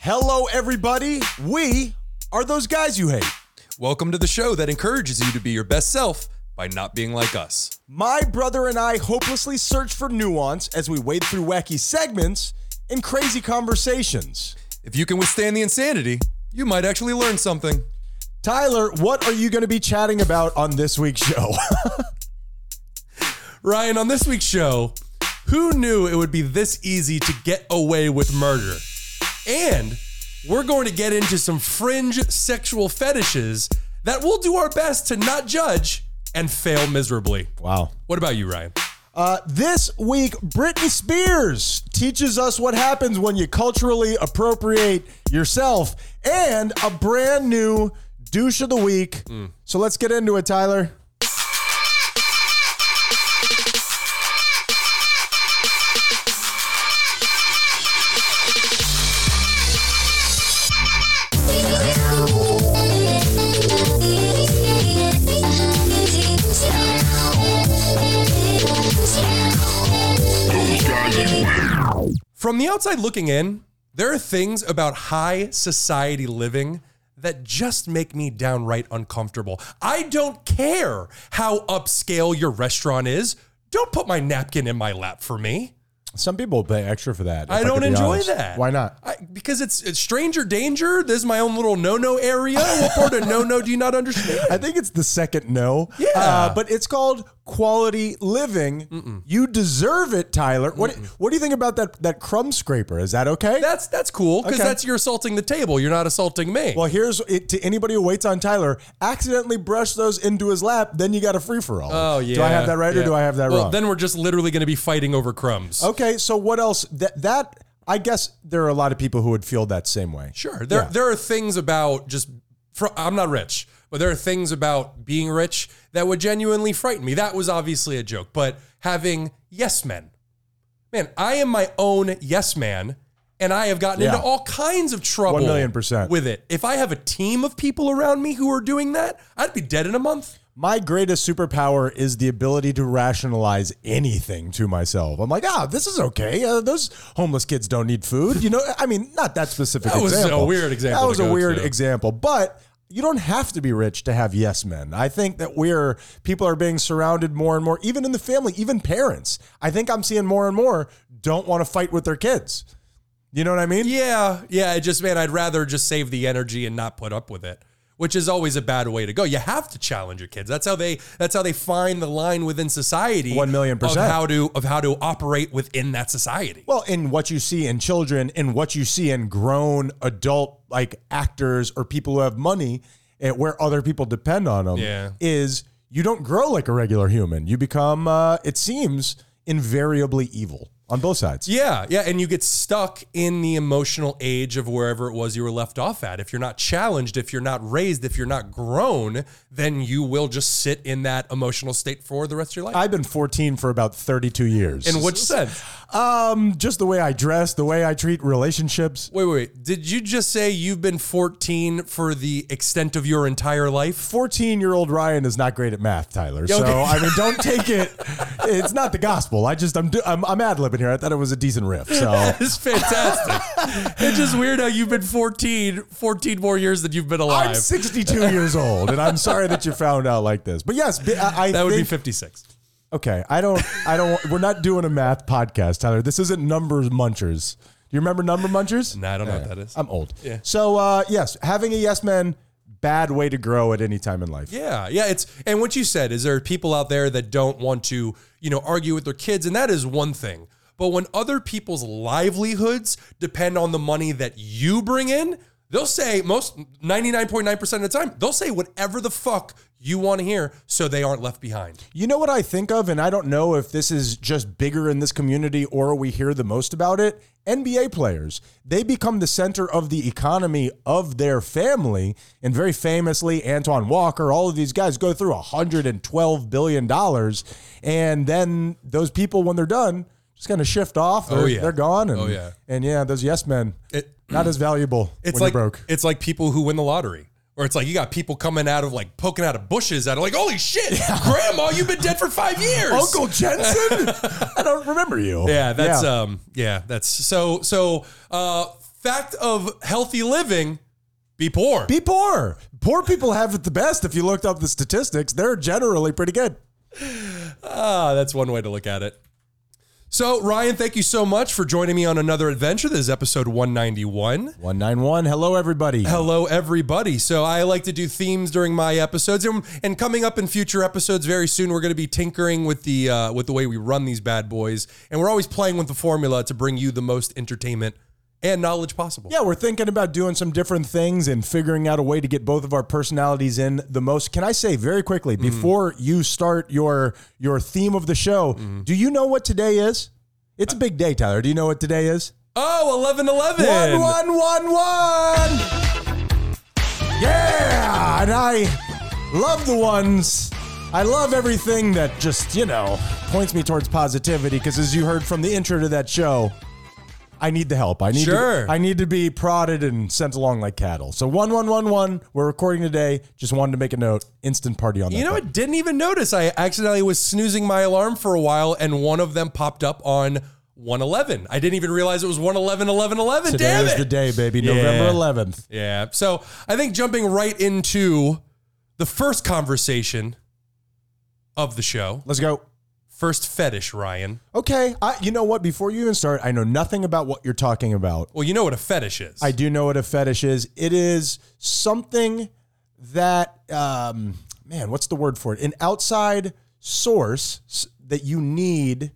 Hello, everybody. We are those guys you hate. Welcome to the show that encourages you to be your best self by not being like us. My brother and I hopelessly search for nuance as we wade through wacky segments and crazy conversations. If you can withstand the insanity, you might actually learn something. Tyler, what are you going to be chatting about on this week's show? Ryan, on this week's show, who knew it would be this easy to get away with murder? And we're going to get into some fringe sexual fetishes that we'll do our best to not judge and fail miserably. wow. What about you, Ryan? Uh, this week, Britney Spears teaches us what happens when you culturally appropriate yourself and a brand new douche of the week. So let's get into it, Tyler. From the outside looking in, there are things about high society living that just make me downright uncomfortable. I don't care how upscale your restaurant is. Don't put my napkin in my lap for me. Some people pay extra for that. if I don't could be enjoy honest. that. Why not? I, because it's, it's stranger danger. This is my own little no no area. What part of no no do you not understand? I think it's the second no. Uh, Yeah. but it's called quality living. You deserve it, Tyler. What What do you think about that that crumb scraper? Is that okay? That's that's cool because Okay. that's you're assaulting the table. You're not assaulting me. well, here's it to anybody who waits on Tyler. Accidentally brush those into his lap, then you got a free for all. oh yeah. Do I have that right yeah. or do I have that well, wrong? Then we're just literally going to be fighting over crumbs. okay. So what else? That that I guess there are a lot of people who would feel that same way. Sure. There Yeah. there are things about just fr- I'm not rich, but there are things about being rich that would genuinely frighten me. That was obviously a joke, but having yes men. Man, I am my own yes man and I have gotten Yeah. into all kinds of trouble One million percent. with it. If I have a team of people around me who are doing that, I'd be dead in a month. my greatest superpower is the ability to rationalize anything to myself. I'm like, ah, this is okay. Uh, those homeless kids don't need food. You know, I mean, not that specific That was a example. weird example That to was a go weird to. example, but you don't have to be rich to have yes men. I think that we're people are being surrounded more and more, even in the family, even parents. I think I'm seeing more and more don't want to fight with their kids. You know what I mean? Yeah, yeah. I just man, I'd rather just save the energy and not put up with it, which is always a bad way to go. You have to challenge your kids. That's how they. That's how they find the line within society. One million percent. of how to of how to operate within that society. Well, in what you see in children, in what you see in grown adult like actors or people who have money, and where other people depend on them, Yeah. is you don't grow like a regular human. You become, uh, it seems, invariably evil on both sides. Yeah, yeah, and you get stuck in the emotional age of wherever it was you were left off at. If you're not challenged, if you're not raised, if you're not grown, then you will just sit in that emotional state for the rest of your life. I've been 14 for about 32 years. in which sense? Um, just the way I dress, the way I treat relationships. Wait, wait, wait. Did you just say you've been 14 for the extent of your entire life? 14 year old Ryan is not great at math, Tyler. So, I mean, don't take it. It's not the gospel. I just, I'm, do- I'm, I'm ad libbing here. I thought it was a decent riff. So, It's fantastic. it's just weird how you've been 14, 14 more years than you've been alive. I'm 62 years old, and I'm sorry that you found out like this. But yes, bi- I, I that would be think, 56. okay. I don't, I don't. We're not doing a math podcast, Tyler. This isn't numbers munchers. Do you remember number munchers? No, I don't know what that is. I'm old. Yeah. So uh, yes, having a yes man, bad way to grow at any time in life. Yeah, yeah. It's and what you said is there are people out there that don't want to, you know, argue with their kids, and that is one thing. But when other people's livelihoods depend on the money that you bring in, they'll say most 99.9% of the time, they'll say whatever the fuck you want to hear so they aren't left behind. You know what I think of, and I don't know if this is just bigger in this community or we hear the most about it. NBA players, they become the center of the economy of their family. And very famously, Antoine Walker, all of these guys go through $112 billion. And then those people, when they're done, just kind of shift off. They're, Oh, yeah. they're gone. And, Oh, yeah. And yeah, those yes men, It- not as valuable It's when like you're broke. it's like people who win the lottery. Or it's like you got people coming out of like poking out of bushes out of like, holy shit, grandma, you've been dead for five years. Uncle Jensen? I don't remember you. Yeah, that's um yeah, that's so so uh fact of healthy living be poor. Be poor. Poor people have it the best. If you looked up the statistics, they're generally pretty good. Ah, that's one way to look at it. So, Ryan, thank you so much for joining me on another adventure. This is episode 191. 191. Hello, everybody. Hello, everybody. So, I like to do themes during my episodes, and, and coming up in future episodes very soon, we're going to be tinkering with the uh, with the way we run these bad boys, and we're always playing with the formula to bring you the most entertainment and knowledge possible. Yeah, we're thinking about doing some different things and figuring out a way to get both of our personalities in the most. Can I say very quickly before you start your your theme of the show, do you know what today is? It's a big day, Tyler. Do you know what today is? Oh, 11 One one one one. Yeah, and I love the ones. I love everything that just you know points me towards positivity. Because as you heard from the intro to that show, I need the help. I need. Sure. To, I need to be prodded and sent along like cattle. So one one one one. We're recording today. Just wanted to make a note. Instant party on that. You know, I button. didn't even notice. I accidentally was snoozing my alarm for a while, and one of them popped up on 111. I didn't even realize it was 111, 11, 11. Today Damn is it. the day, baby. November Yeah. eleventh. yeah. So I think jumping right into the first conversation of the show, Let's go. first fetish, Ryan. Okay. I, you know what? Before you even start, I know nothing about what you're talking about. Well, you know what a fetish is. I do know what a fetish is. It is something that, um, man, what's the word for it? An outside source s- that you need.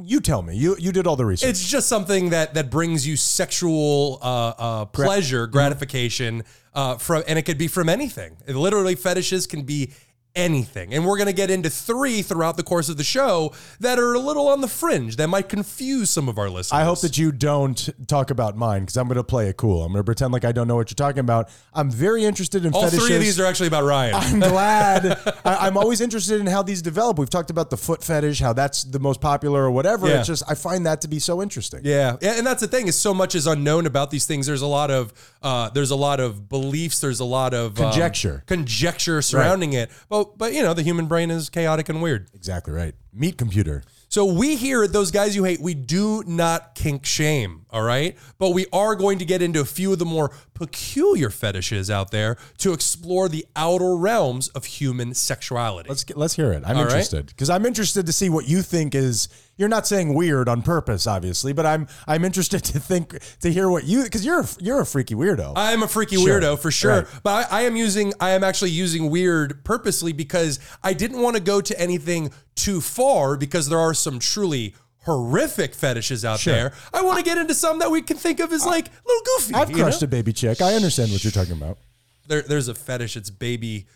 You tell me. You you did all the research. It's just something that that brings you sexual uh, uh, pleasure, Mm-hmm. gratification uh, from, and it could be from anything. It literally, fetishes can be anything, and we're gonna get into three throughout the course of the show that are a little on the fringe that might confuse some of our listeners. I hope that you don't talk about mine because I'm going to play it cool. I'm going to pretend like I don't know what you're talking about. I'm very interested in all fetishes. three of these are actually about Ryan. I'm glad. I, I'm always interested in how these develop. We've talked about the foot fetish, how that's the most popular or whatever. Yeah. It's just I find that to be so interesting. Yeah, Yeah, and that's the thing is so much is unknown about these things. There's a lot of uh, there's a lot of beliefs. There's a lot of um, Conjecture. conjecture surrounding it. But but you know the human brain is chaotic and weird. Exactly right. Meat computer. So we here at Those Guys You Hate, we do not kink shame, all right? But we are going to get into a few of the more peculiar fetishes out there to explore the outer realms of human sexuality. Let's get, let's hear it. I'm All right. interested because I'm interested to see what you think is. You're not saying weird on purpose, obviously, but I'm I'm interested to think to hear what you because you're a- you're a freaky weirdo. I am a freaky Sure. weirdo for sure, Right. but I, I am using I am actually using weird purposely because I didn't want to go to anything too far because there are some truly horrific fetishes out there. I want to get into some that we can think of as like little goofy. I've you know? crushed a baby chick. I understand what you're talking about. there, there's a fetish. It's baby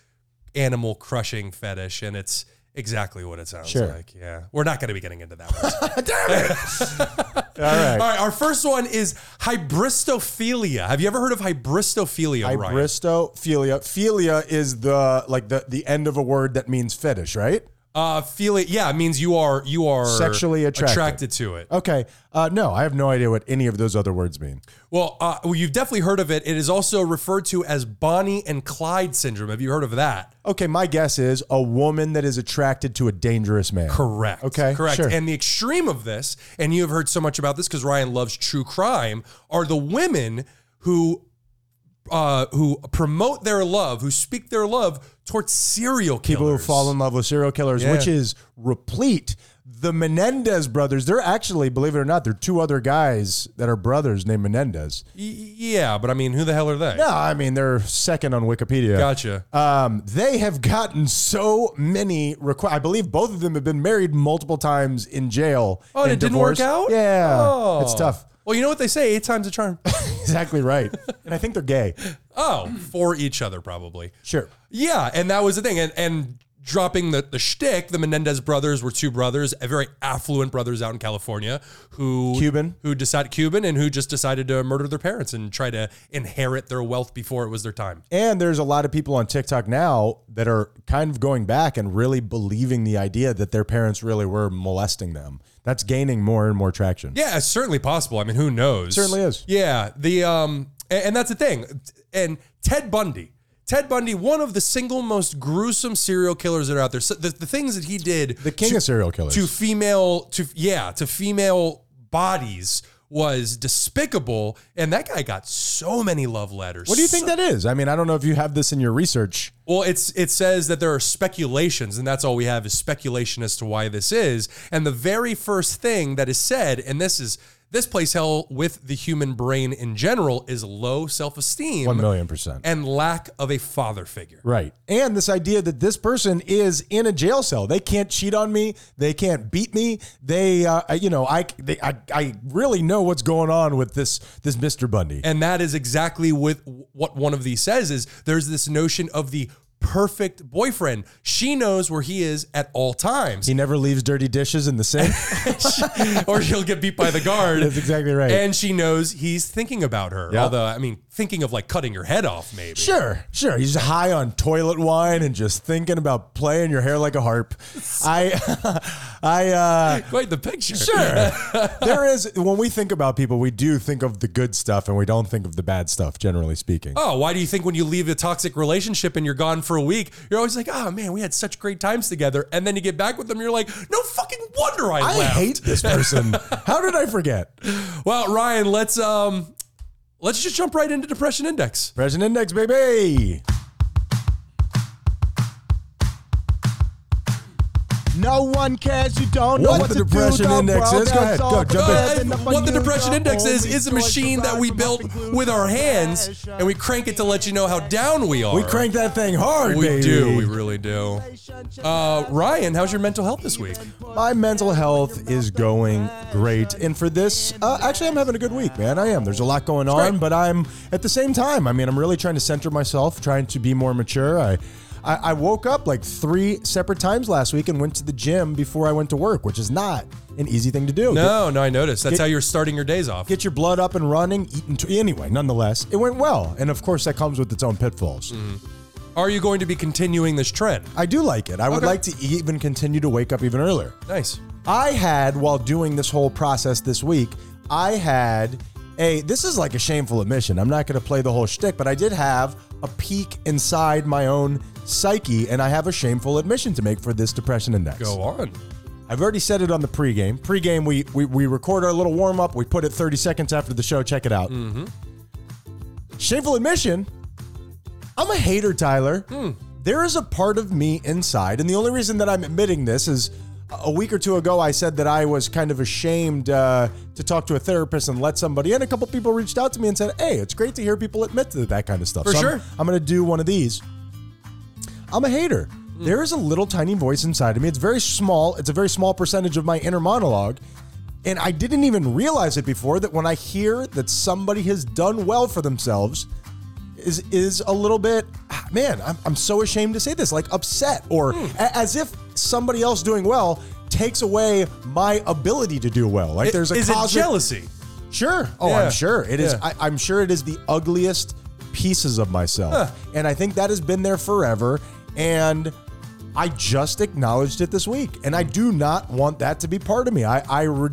animal crushing fetish, and it's exactly what it sounds Sure. like. Yeah, we're not going to be getting into that one. All Damn it! All right. right, our first one is hybristophilia. Have you ever heard of hybristophilia? Ryan? Hybristophilia. Philia is the like the the end of a word that means fetish, right? Uh, philia. Yeah, it means you are you are Sexually attracted. to it. Okay. Uh, no, I have no idea what any of those other words mean. Well, uh, well, you've definitely heard of it. It is also referred to as Bonnie and Clyde syndrome. Have you heard of that? Okay, my guess is a woman that is attracted to a dangerous man. Correct. Okay, Correct. sure. And the extreme of this, and you have heard so much about this because Ryan loves true crime, are the women who uh, who promote their love, who speak their love towards serial killers. people who fall in love with serial killers, Yeah. which is replete. The Menendez brothers, they're actually, believe it or not, they're two other guys that are brothers named Menendez. Y- yeah, but I mean, who the hell are they? No, I mean, they're second on Wikipedia. Gotcha. Um, they have gotten so many requests. I believe both of them have been married multiple times in jail. Oh, and it didn't work out? Yeah. Oh. It's tough. Well, you know what they say: eight times a charm. Exactly right. and I think they're gay. oh, for each other, probably. Sure. Yeah, and that was the thing. And and dropping the the shtick, the Menendez brothers were two brothers, a very affluent brothers out in California who Cuban. who decided Cuban and who just decided to murder their parents and try to inherit their wealth before it was their time. And there's a lot of people on TikTok now that are kind of going back and really believing the idea that their parents really were molesting them. That's gaining more and more traction. Yeah, it's certainly possible. I mean, who knows? Certainly is. Yeah, the um and, and that's the thing. And Ted Bundy. Ted Bundy, one of the single most gruesome serial killers that are out there. So the, the things that he did The king of serial killers. to female to yeah to female bodies was despicable, and that guy got so many love letters. What do you think So- that is? I mean, I don't know if you have this in your research. well, it's it says that there are speculations, and that's all we have is speculation as to why this is. And the very first thing that is said, and this is this plays hell with the human brain in general, is low self One esteem million percent. and lack of a father figure. Right. And this idea that this person is in a jail cell. They can't cheat on me. They can't beat me. They, uh, you know, I, they, I, I really know what's going on with this, this Mr. Bundy. And that is exactly with what one of these says is there's this notion of the perfect boyfriend. She knows where he is at all times. He never leaves dirty dishes in the sink. or she'll get beat by the guard. That's exactly right. And she knows he's thinking about her. Yeah. Although, I mean, thinking of like cutting your head off, maybe. Sure, sure. He's high on toilet wine and just thinking about playing your hair like a harp. I, I, uh, Quite the picture. Sure. there is, when we think about people, we do think of the good stuff and we don't think of the bad stuff, generally speaking. Oh, why do you think when you leave a toxic relationship and you're gone for a week, you're always like, oh man, we had such great times together. And then you get back with them, you're like, no fucking wonder I, I left. hate this person. How did I forget? Well, Ryan, let's um let's just jump right into depression index. Present index, baby. No one cares. You don't What know what the to Depression do, though, Index bro. is. Go That's ahead. all Go, jump bad Uh, enough on what the you, depression dog. index is is a Only machine that we survive built from open with our glue. hands and we crank it to let you know how down we are. We crank that thing hard, We baby. do, we really do. Uh, Ryan, how's your mental health this week? My mental health is going great. And for this, uh, actually, I'm having a good week, man. I am. There's a lot going on, great. but I'm at the same time. I mean, I'm really trying to center myself, trying to be more mature. I, I, I woke up like three separate times last week and went to the gym before I went to work, which is not an easy thing to do. Oh, No, no, I noticed. That's how you're starting your days off. Get your blood up and running. Eating t- anyway, nonetheless, it went well. And of course, that comes with its own pitfalls. Mm. Are you going to be continuing this trend? I do like it. I would Okay. like to even continue to wake up even earlier. Nice. I had while doing this whole process this week, I had a this is like a shameful admission. I'm not going to play the whole shtick, but I did have a peek inside my own psyche, and I have a shameful admission to make for this depression index. Go on. I've already said it on the pregame. Pregame, we we, we record our little warm up. We put it 30 seconds after the show. Check it out. Mm. Shameful admission. I'm a hater, Tyler. Hmm. There is a part of me inside, and the only reason that I'm admitting this is uh, a week or two ago I said that I was kind of ashamed uh, to talk to a therapist and let somebody in. A couple people reached out to me and said, "Hey, it's great to hear people admit to that kind of stuff." For I'm- sure. I'm going to do one of these. I'm a hater. Hmm. There is a little tiny voice inside of me. It's very small. It's a very small percentage of my inner monologue. And I didn't even realize it before that when I hear that somebody has done well for themselves is is a little bit ah, man, I'm, I'm so ashamed to say this, like upset or Hmm. a- as if somebody else doing well takes away my ability to do well. Like there's a is it cosmic jealousy? Sure. Oh, Yeah. I'm sure it is. Yeah. I, I'm sure it is the ugliest pieces of myself, and I think that has been there forever. And I just acknowledged it this week, and I do not want that to be part of me. I I, re-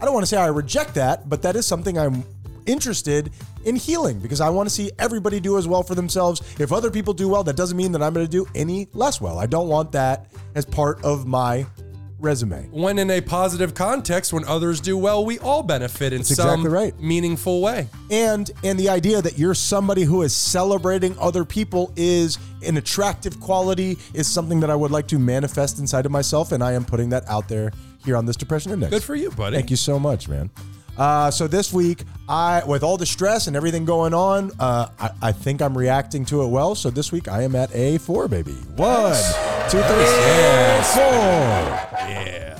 I don't want to say I reject that, but that is something I'm interested in healing because I want to see everybody do as well for themselves. If other people do well, that doesn't mean that I'm going to do any less well. I don't want that as part of my resume. When in a positive context, when others do well, we all benefit in some exactly right. meaningful way. and and the idea that you're somebody who is celebrating other people is an attractive quality is something that I would like to manifest inside of myself, and I am putting that out there here on this depression index. Good for you, buddy. Thank you so much, man. Uh, so this week, I with all the stress and everything going on, uh, I, I think I'm reacting to it well. So this week, I am at a four, baby. One, two, three, four. Yeah.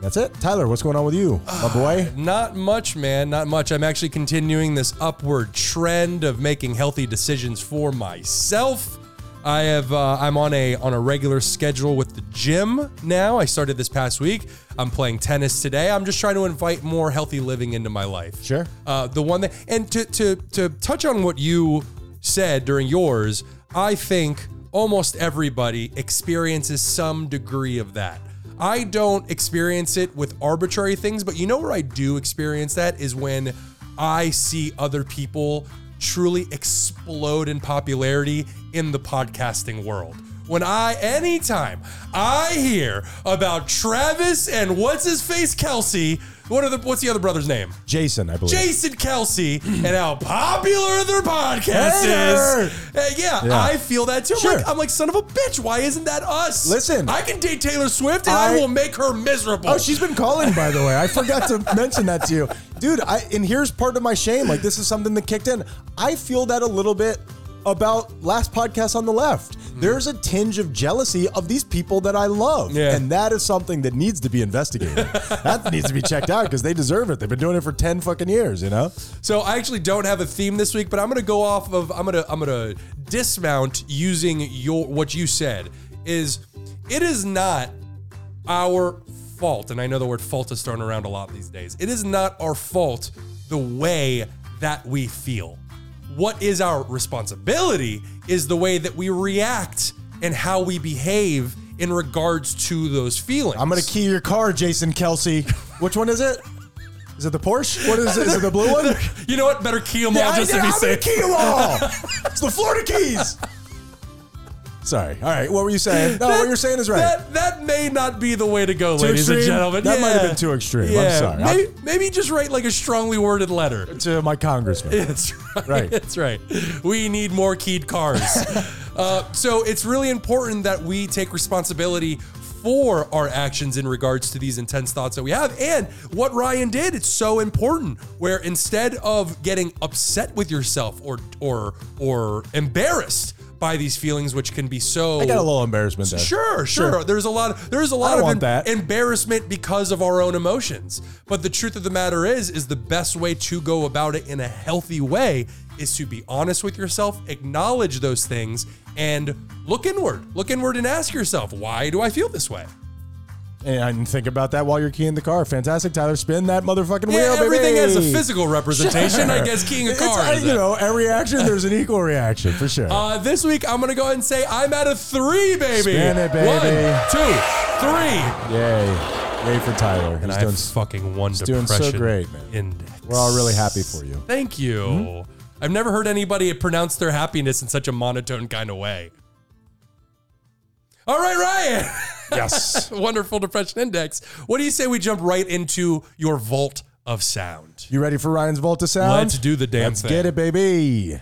That's it, Tyler. What's going on with you, my boy? Not much, man. Not much. I'm actually continuing this upward trend of making healthy decisions for myself. I have. Uh, I'm on a on a regular schedule with the gym now. I started this past week. I'm playing tennis today. I'm just trying to invite more healthy living into my life. Sure. Uh, the one that and to to to touch on what you said during yours, I think almost everybody experiences some degree of that. I don't experience it with arbitrary things, but you know where I do experience that is when I see other people truly explode in popularity in the podcasting world. when I, anytime I hear about Travis and what's his face, Kelsey, what are the, what's the other brother's name? Jason, I believe. Jason Kelsey and how popular their podcast Hater! is. Uh, yeah, Yeah. I feel that too. I'm Sure. like- I'm, like, son of a bitch. Why isn't that us? Listen. I can date Taylor Swift and I, I- will make her miserable. Oh, she's been calling, by the way. I forgot to mention that to you, dude. I and here's part of my shame. Like this is something that kicked in. I feel that a little bit about last podcast on the left. There's a tinge of jealousy of these people that I love, Yeah. and that is something that needs to be investigated. that needs to be checked out because they deserve it. They've been doing it for ten fucking years, you know. So I actually don't have a theme this week, but I'm gonna go off of I'm gonna I'm gonna dismount using your what you said is it is not our fault, and I know the word fault is thrown around a lot these days. It is not our fault the way that we feel. What is our responsibility is the way that we react and how we behave in regards to those feelings. I'm gonna key your car, Jason Kelsey. Which one is it? Is it the Porsche? What is it? Is it the blue one? you know what? Better key them all just to I, be am safe. key them all. it's the Florida Keys. Sorry. All right. What were you saying? No, That- Oh, what you're saying is right. That, that may not be the way to go, ladies and extreme? gentlemen. That might have Yeah. been too extreme. I'm sorry. I- Maybe, maybe just write like a strongly worded letter. to my congressman. That's right. Right. That's right. We need more keyed cars. uh, so it's really important that we take responsibility for our actions in regards to these intense thoughts that we have. And what Ryan did, it's so important where instead of getting upset with yourself or or or embarrassed by these feelings which can be so I got a little embarrassment there. Sure, sure, There's a lot. There's a I lot of want that. embarrassment because of our own emotions. But the truth of the matter is, is the best way to go about it in a healthy way is to be honest with yourself, acknowledge those things, and look inward. Look inward and ask yourself, why do I feel this way? And I didn't think about that while you're keying the car. Fantastic, Tyler. Spin that motherfucking Yeah, wheel, baby. everything has a physical representation. I guess keying a It's, car. uh, is you it. know, every action there's an equal reaction for sure. Uh, this week, I'm gonna go ahead and say I'm at a three, baby. Spin it, baby. One, two, three. Yay! Yay for Tyler. He's I doing have fucking one doing so depression great, man. index. We're all really happy for you. Mm-hmm. Thank you. I've never heard anybody pronounce their happiness in such a monotone kind of way. All right, Ryan. yes. Wonderful depression index. What do you say we jump right into your vault of sound? You ready for Ryan's Volta sound? Let's do the damn Let's thing. get it, baby.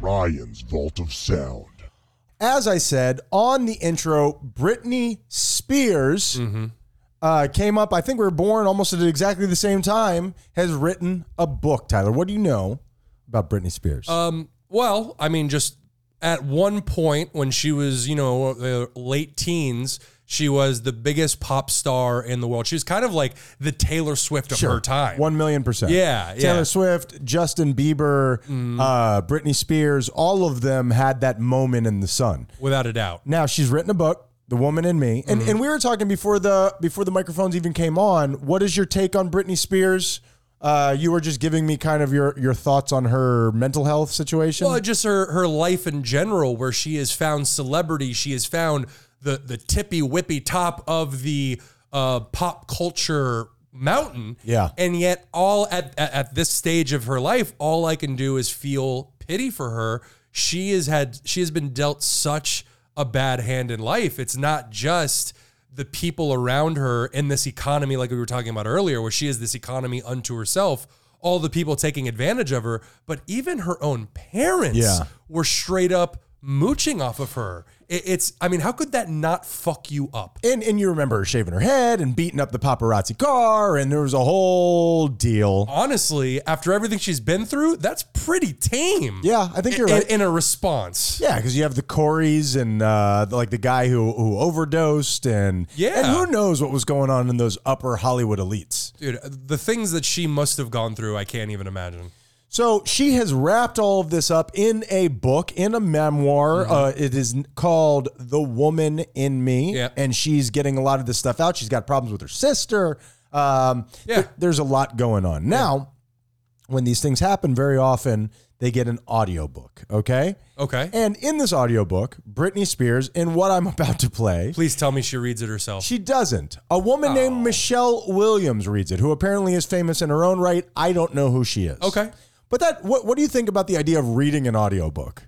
Ryan's Vault of Sound. as I said on the intro, Britney Spears Mm-hmm. uh, came up. I think we were born almost at exactly the same time. Has written a book. Tyler, what do you know about Britney Spears? Um, well, I mean, just at one point when she was, you know, uh, late teens, she was the biggest pop star in the world. She was kind of like the Taylor Swift of her time. One million percent. Yeah, yeah. Mm-hmm. Taylor Swift, Justin Bieber, uh, Britney Spears, all of them had that moment in the sun. without a doubt. Now she's written a book, The Woman in Me, Mm-hmm. and and we were talking before the before the microphones even came on. What is your take on Britney Spears? Uh, you were just giving me kind of your your thoughts on her mental health situation. Well, just her her life in general, where she has found celebrity, she has found the the tippy whippy top of the uh, pop culture mountain. Yeah. and yet all at, at at this stage of her life, all I can do is feel pity for her. She has had she has been dealt such a bad hand in life. It's not just the people around her in this economy, like we were talking about earlier, where she is this economy unto herself. All the people taking advantage of her, but even her own parents Yeah. were straight up mooching off of her. It- it's, I mean, how could that not fuck you up? and and you remember her shaving her head and beating up the paparazzi car, and there was a whole deal. Honestly, after everything she's been through, that's pretty tame. Yeah, I think you're in, right. in a response. Yeah, because you have the Corys and uh, like the guy who who overdosed, and Yeah. and who knows what was going on in those upper Hollywood elites. Dude, the things that she must have gone through, I can't even imagine. So she has wrapped all of this up in a book, in a Mm-hmm. memoir. Uh, it is n- called The Woman in Me. Yep. And she's getting a lot of this stuff out. She's got problems with her sister. Um, Yeah. th- there's a lot going on. Now, when these things happen, very often they get an audiobook, okay? Okay. And in this audiobook, Britney Spears, in what I'm about to play, Please Oh. tell me she reads it herself. she doesn't. A woman named Michelle Williams reads it, who apparently is famous in her own right. I don't know who she is. Okay. But that what what do you think about the idea of reading an audiobook?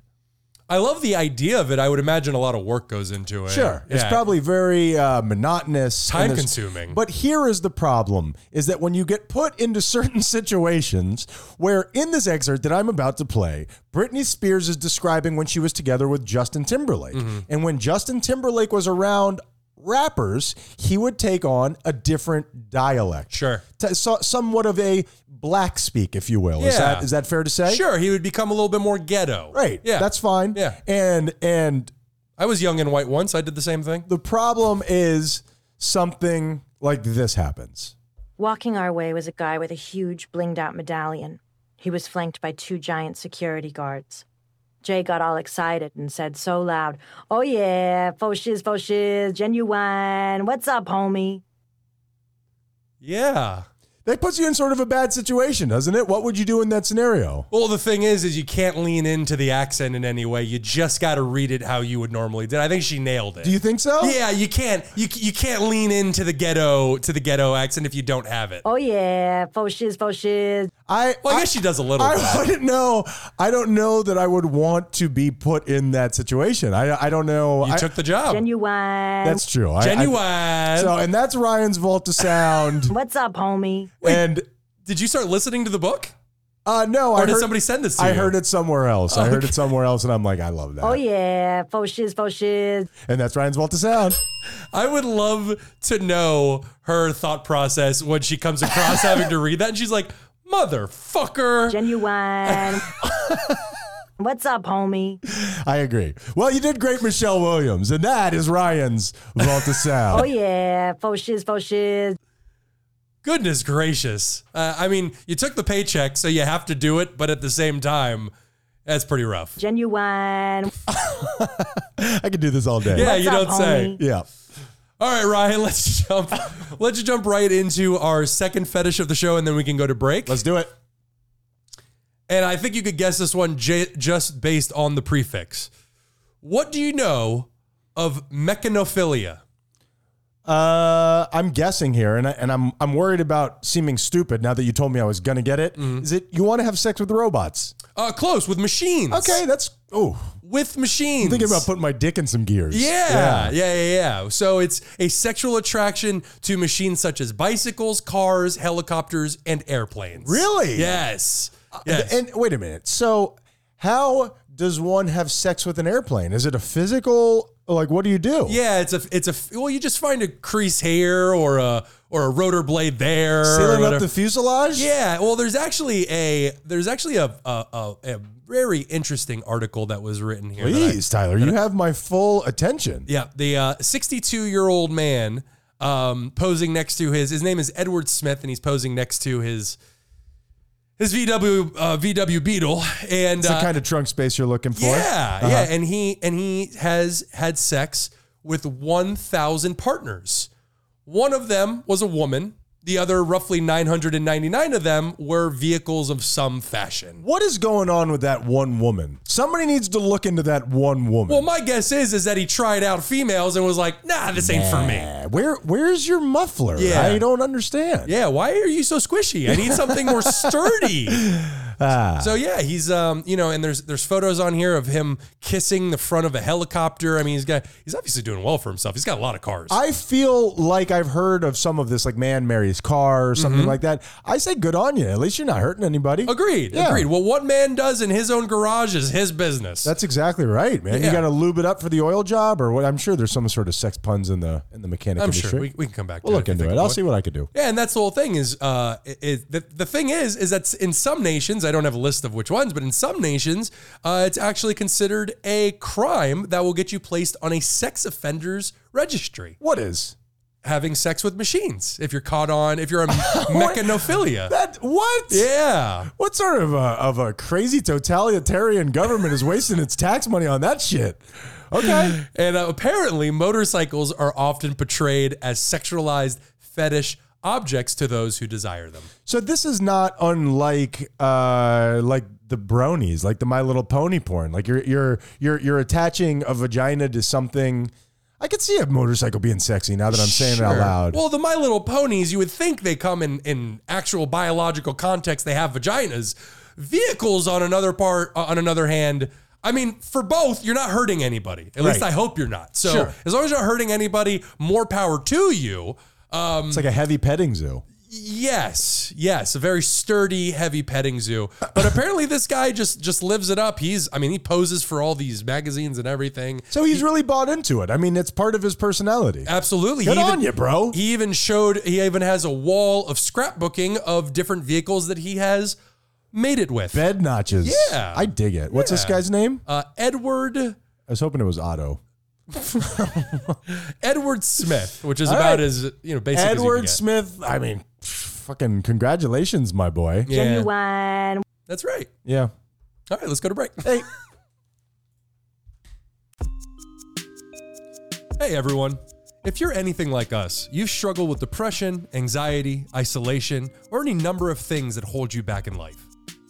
I love the idea of it. I would imagine a lot of work goes into it. Sure, it's Yeah. probably very uh, monotonous, and there's- Time-consuming. But here is the problem: is that when you get put into certain situations, where in this excerpt that I'm about to play, Britney Spears is describing when she was together with Justin Timberlake, Mm-hmm. and when Justin Timberlake was around rappers, he would take on a different dialect, Sure. T- so, somewhat of a black speak, if you will. Is Yeah. that is that fair to say? Sure, he would become a little bit more ghetto. Right. Yeah. That's fine. Yeah. And and I was young and white once. I did the same thing. the problem is something like this happens. Walking our way was a guy with a huge blinged out medallion. He was flanked by two giant security guards. Jay got all excited and said so loud, Oh yeah, fo shiz, fo shiz, genuine, what's up, homie? Yeah. That puts you in sort of a bad situation, doesn't it? What would you do in that scenario? Well, the thing is, is you can't lean into the accent in any way. You just got to read it how you would normally do. I think she nailed it. Do you think so? yeah, you can't. You you can't lean into the ghetto to the ghetto accent if you don't have Uh, it. Oh yeah, fo shiz, fo shiz. I Well, I I, guess she does a little. bit. I wouldn't know. I don't know that I would want to be put in that situation. I I don't know. you I- took the job. Genuine. that's true. I- I- Genuine. so and that's Ryan's vault to sound. what's up, homie? and did you start listening to the book, uh no, or I did heard, somebody send this to I you? heard it somewhere else. I heard it somewhere else, and I'm like, I love that. Oh yeah, fo shiz, fo shiz. And that's Ryan's vault to sound. I would love to know her thought process when she comes across having to read that, and she's like, "Motherfucker." Genuine. what's up, homie? I agree. Well, you did great, Michelle Williams, and that is Ryan's vault to sound. Oh yeah, fo shiz, fo shiz. Goodness gracious. Uh, I mean, you took the paycheck, so you have to do it, but at the same time, that's pretty rough. Genuine. I could do this all day. Yeah, What's you up, don't say. homie? Yeah. All right, Ryan, let's jump. let's jump right into our second fetish of the show, and then we can go to break. Let's do it. and I think you could guess this one j- just based on the prefix. What do you know of mechanophilia? Uh, I'm guessing here, and I, and I'm I'm worried about seeming stupid now that you told me I was gonna get it. Is Mm-hmm. it you want to have sex with robots? Uh, close with machines. Okay, that's oh with machines. thinking about putting my dick in some gears. Yeah, yeah, yeah, yeah. So it's a sexual attraction to machines such as bicycles, cars, helicopters, and airplanes. Really? Uh, Yes. Yes. And wait a minute. So how does one have sex with an airplane? Is it a physical? Like, what do you do? yeah, it's a it's a well, you just find a crease here or a or a rotor blade there. or Sealing up whatever. the fuselage. Yeah, well, there's actually a there's actually a a, a, a very interesting article that was written here. that I- Please, Tyler, you have my full attention. Yeah, the 62 year old man um, posing next to his his name is Edward Smith, and he's posing next to his his VW uh, VW Beetle, and It's uh, the kind of trunk space you're looking for. yeah, Uh-huh. yeah, and he and he has had sex with 1,000 partners. One of them was a woman. The other, roughly 999 of them, were vehicles of some fashion. What is going on with that one woman? Somebody needs to look into that one woman. Well, my guess is is that he tried out females and was like, "Nah, this ain't for me." Yeah, Eh, Where where's your muffler? Yeah. I don't understand. Yeah, why are you so squishy? I need something more sturdy. Ah. So yeah, he's um, you know, and there's there's photos on here of him kissing the front of a helicopter. I mean, he's got he's obviously doing well for himself. He's got a lot of cars. I feel like I've heard of some of this, like man marries car or something Mm-hmm. like that. I say good on you. At least you're not hurting anybody. agreed, Yeah. agreed. Well, what man does in his own garage is his business. That's exactly right, man. You Yeah. got to lube it up for the oil job, or what? I'm sure there's some sort of sex puns in the in the mechanic I'm industry. sure we, we can come back. will to look if you into think it. of I'll one. see what I could do. Yeah, and that's the whole thing is uh is the, the thing is is that in some nations, I don't have a list of which ones, but in some nations, uh, it's actually considered a crime that will get you placed on a sex offenders registry. What is Having sex with machines if you're caught on if you're a mechanophilia. that? What? Yeah. What sort of a, of a crazy totalitarian government is wasting its tax money on that shit? Okay. And uh, apparently motorcycles are often portrayed as sexualized fetish objects to those who desire them. So this is not unlike uh like the bronies, like the My Little Pony porn. Like you're you're you're you're attaching a vagina to something. I could see a motorcycle being sexy now that I'm saying it out Sure. loud. Well, the My Little Ponies, you would think they come in in actual biological context. They have vaginas. Vehicles on another part, uh, on another hand, I mean, for both, you're not hurting anybody. At least Right. I hope you're not. So Sure. as long as you're not hurting anybody, more power to you. Um, It's like a heavy petting zoo. yes, yes, a very sturdy, heavy petting zoo. But apparently, this guy just just lives it up. He's, I mean, he poses for all these magazines and everything. So he's really bought into it. I mean, it's part of his personality. Absolutely. Good he on you, bro. He even showed, he even has a wall of scrapbooking of different vehicles that he has made it with. Bed notches. Yeah. I dig it. What's this guy's name? Uh, Edward I was hoping it was Otto. Edward Smith, which is All about right. as you know basic. Edward Smith. Smith. I mean, fucking congratulations, my boy. So Yeah, you won. that's right. Yeah. All right, let's go to break. Hey. Hey everyone. If you're anything like us, you've struggled with depression, anxiety, isolation, or any number of things that hold you back in life.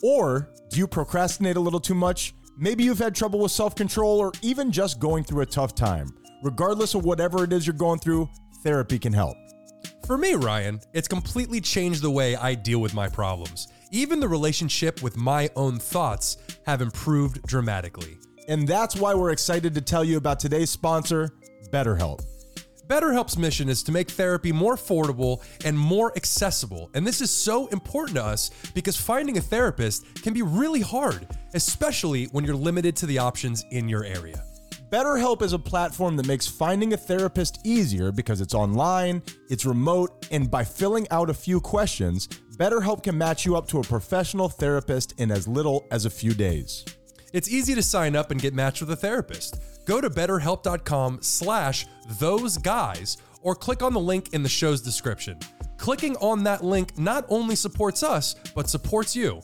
Or do you procrastinate a little too much? Maybe you've had trouble with self control or even just going through a tough time. Regardless of whatever it is you're going through, therapy can help. For me, Ryan, it's completely changed the way I deal with my problems. Even the relationship with my own thoughts have improved dramatically. And that's why we're excited to tell you about today's sponsor, BetterHelp. BetterHelp's mission is to make therapy more affordable and more accessible. And this is so important to us because finding a therapist can be really hard, especially when you're limited to the options in your area. BetterHelp is a platform that makes finding a therapist easier because it's online, it's remote, and by filling out a few questions, BetterHelp can match you up to a professional therapist in as little as a few days. It's easy to sign up and get matched with a therapist. Go to betterhelp.com slash those guys or click on the link in the show's description. Clicking on that link not only supports us, but supports you.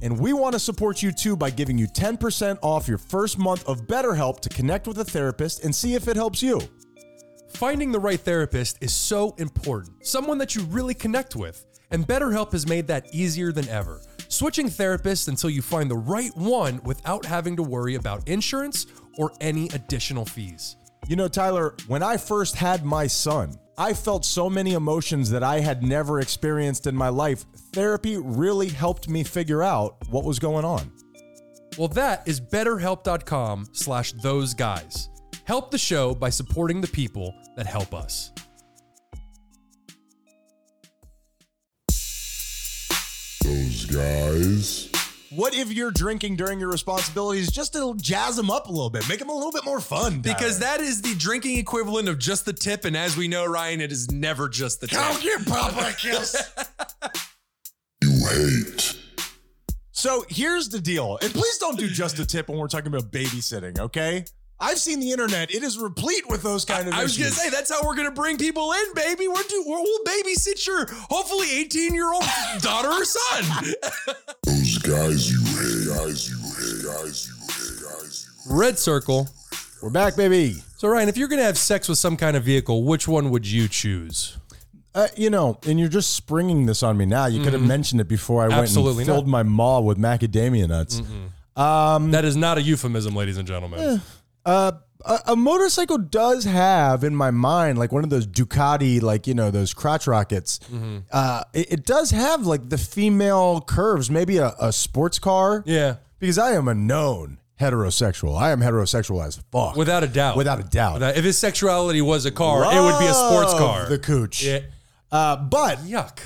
And we want to support you too by giving you 10% off your first month of BetterHelp to connect with a therapist and see if it helps you. Finding the right therapist is so important, someone that you really connect with. And BetterHelp has made that easier than ever. Switching therapists until you find the right one without having to worry about insurance or any additional fees. You know, Tyler, when I first had my son, I felt so many emotions that I had never experienced in my life. Therapy really helped me figure out what was going on. Well, that is betterhelp.com slash those guys. Help the show by supporting the people that help us. Those guys. What if you're drinking during your responsibilities just to jazz them up a little bit, make them a little bit more fun? Because that is the drinking equivalent of just the tip. And as we know, Ryan, it is never just the tip. give Papa a kiss. you hate. So here's the deal, and please don't do just a tip when we're talking about babysitting, okay? I've seen the internet; it is replete with those kind of I was issues. gonna say that's how we're gonna bring people in, baby. We're do we're, we'll babysit your hopefully eighteen year old daughter or son. Those guys you hate. Guys you hate. Guys you hate. Guys you Red circle. We're back, baby. So, Ryan, if you're going to have sex with some kind of vehicle, which one would you choose? Uh, you know, and you're just springing this on me now. You could Mm-hmm. have mentioned it before I went Absolutely and filled not. my maw with macadamia nuts. Mm. that is not a euphemism, ladies and gentlemen. Eh. A, a motorcycle does have in my mind like one of those Ducati, like you know those crotch rockets. Mm-hmm. Uh, it, it does have like the female curves, maybe a, a sports car. yeah. because I am a known heterosexual. I am heterosexual as fuck, Without a doubt. without a doubt. Without- if his sexuality was a car, it would be a sports Love car. The cooch. Yeah. Uh, but Yuck.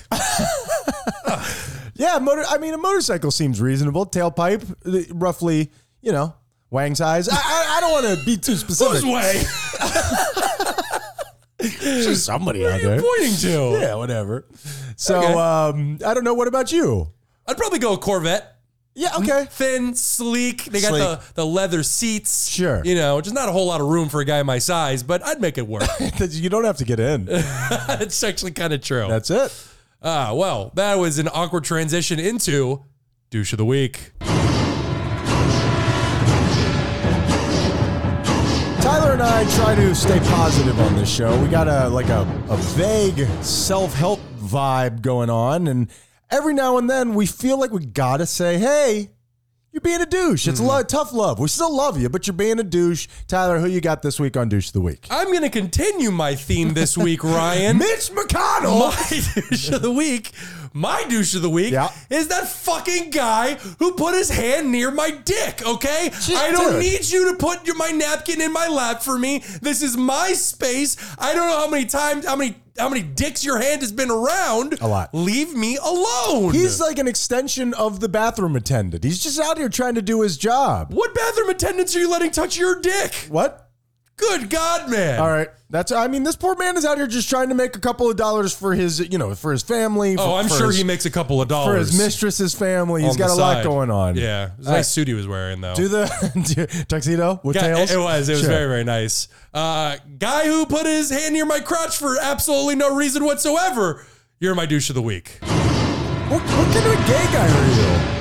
yeah, motor. I mean, a motorcycle seems reasonable. Tailpipe, uh, roughly, you know, wang size. I, I, I don't want to be too specific. way? There's somebody out there. Pointing to. Yeah, whatever. So Okay. um, I don't know. What about you? Mm. I'd probably go a Corvette. Yeah. Okay. Thin, sleek. They got Sleek. the, the leather seats. Sure. You know, just not a whole lot of room for a guy my size, but I'd make it work. you don't have to get in. it's actually kind of true. That's it. Ah, well, that was an awkward transition into douche of the week. Tyler and I try to stay positive on this show. We got a like a, a vague self-help vibe going on, and every now and then we feel like we gotta say, hey, You're being a douche. It's lo- tough love. We still love you, but you're being a douche. Tyler, who you got this week on Douche of the Week? I'm going to continue my theme this week, Ryan. Mitch McConnell. my douche of the week, my douche of the week Yeah. is that fucking guy who put his hand near my dick, okay? I don't dude. need you to put your, my napkin in my lap for me. This is my space. I don't know how many times, how many how many dicks your hand has been around. A lot. Leave me alone. He's like an extension of the bathroom attendant. He's just out here trying to do his job. what bathroom attendants are you letting touch your dick? What? Good God, man. All right, that's. I mean, this poor man is out here just trying to make a couple of dollars for his, you know, for his family. Oh, for- I'm for sure his- he makes a couple of for dollars. his mistress's family. He's on got the a lot side. going on. Yeah. It was a All right. nice suit he was wearing, though. Do the do- tuxedo with Guy- tails. It was. It was Sure. very, very nice. Uh, guy who put his hand near my crotch for absolutely no reason whatsoever. You're my douche of the week. What, what kind of a gay guy are you?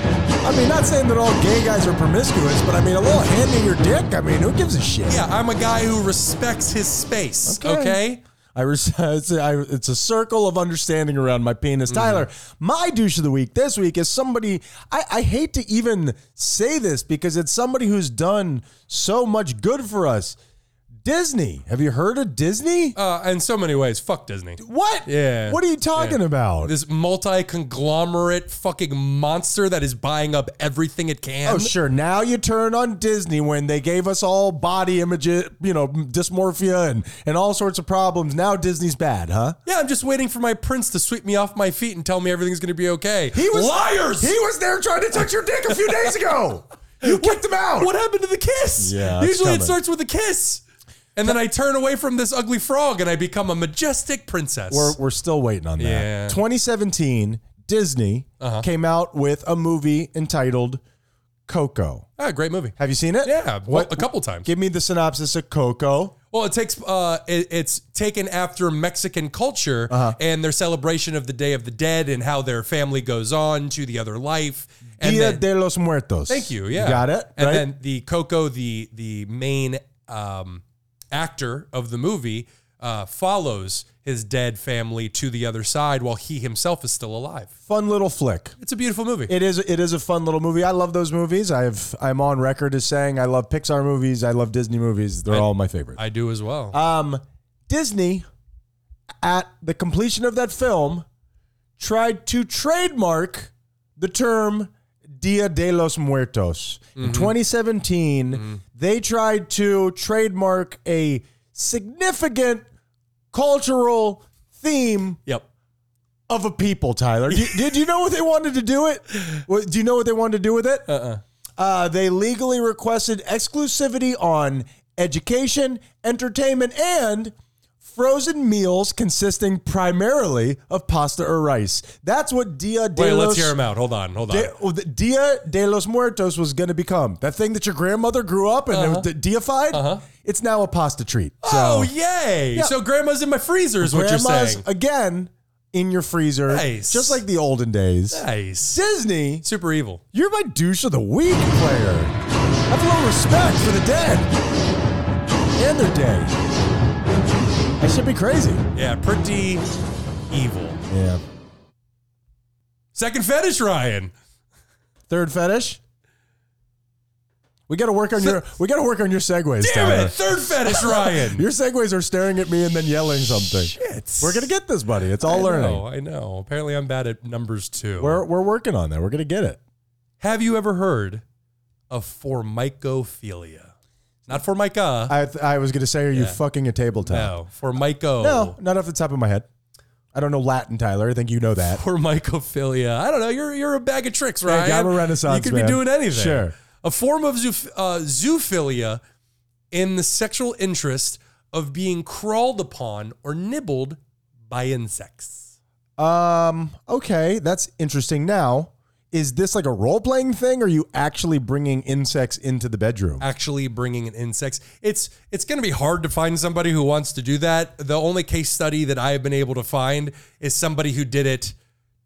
I mean, not saying that all gay guys are promiscuous, but I mean, a little hand in your dick. I mean, who gives a shit? Yeah, I'm a guy who respects his space. Okay. Okay. I, res- it's, a, I it's a circle of understanding around my penis. Mm-hmm. Tyler, my douche of the week this week is somebody I, I hate to even say this because it's somebody who's done so much good for us. Disney. Have you heard of Disney? Uh, in so many ways, fuck Disney. what? yeah. What are you talking Yeah. about? This multi conglomerate fucking monster that is buying up everything it can. Oh, sure. Now you turn on Disney when they gave us all body images, you know, dysmorphia and, and all sorts of problems. Now Disney's bad, huh? Yeah, I'm just waiting for my prince to sweep me off my feet and tell me everything's going to be okay. He was liars. He was there trying to touch your dick a few days ago. You kicked him out. What happened to the kiss? Yeah, it's Usually coming. it starts with a kiss. And then I turn away from this ugly frog and I become a majestic princess. We're, we're still waiting on that. Yeah. Uh-huh. 2017, Disney came out with a movie entitled Coco. ah, great movie. Have you seen it? Yeah, well, What- a couple times. Give me the synopsis of Coco. well, it takes uh it, it's taken after Mexican culture Uh-huh. and their celebration of the Day of the Dead and how their family goes on to the other life. And Dia then- de los Muertos. Thank you. Yeah, got it. And right? then the Coco, the the main um, actor of the movie, uh, follows his dead family to the other side while he himself is still alive. fun little flick. It's a beautiful movie. It is it is a fun little movie. I love those movies. I've I'm on record as saying I love Pixar movies. I love Disney movies. They're all my favorite. I do as well. Um, Disney, at the completion of that film, tried to trademark the term Dia de los Muertos. In 2017, they tried to trademark a significant cultural theme yep. of a people, Tyler. Do, did you know what they wanted to do it? What- Do you know what they wanted to do with it? Uh-uh. they legally requested exclusivity on education, entertainment, and frozen meals consisting primarily of pasta or rice. That's what Dia de Wait, los let's hear him out. Hold on, hold on. De- oh, the Dia de los Muertos was going to become that thing that your grandmother grew up and it was de- deified. It's now a pasta treat. So Uh-huh. oh yay! So grandma's in my freezer is what you're grandma's saying. again in your freezer, Nice. just like the olden days. Nice. Disney, Super evil. you're my douche of the week player. Have a little respect for the dead and their day. I should be crazy. Yeah, pretty evil. Yeah. Second fetish, Ryan. Third fetish. We got to work on your. We got to work on your segues, Tyler. Damn it! Third fetish, Ryan. Your segues are staring at me and then yelling something. Shit. We're gonna get this, buddy. It's all I learning. know, I know. Apparently, I'm bad at numbers too. We're we're working on that. We're gonna get it. Have you ever heard of formicophilia? Not formica. I th- I was gonna say, are you fucking a tabletop? no, formico. no, not off the top of my head. I don't know Latin, Tyler. I think you know that. Formicophilia. I don't know. You're you're a bag of tricks, Yeah, right? I'm a Renaissance You could man. be doing anything. Sure. A form of zoof- uh, zoophilia in the sexual interest of being crawled upon or nibbled by insects. Um. Okay, that's interesting. Now, is this like a role playing thing? Or are you actually bringing insects into the bedroom? Actually, bringing in insects. It's it's going to be hard to find somebody who wants to do that. The only case study that I have been able to find is somebody who did it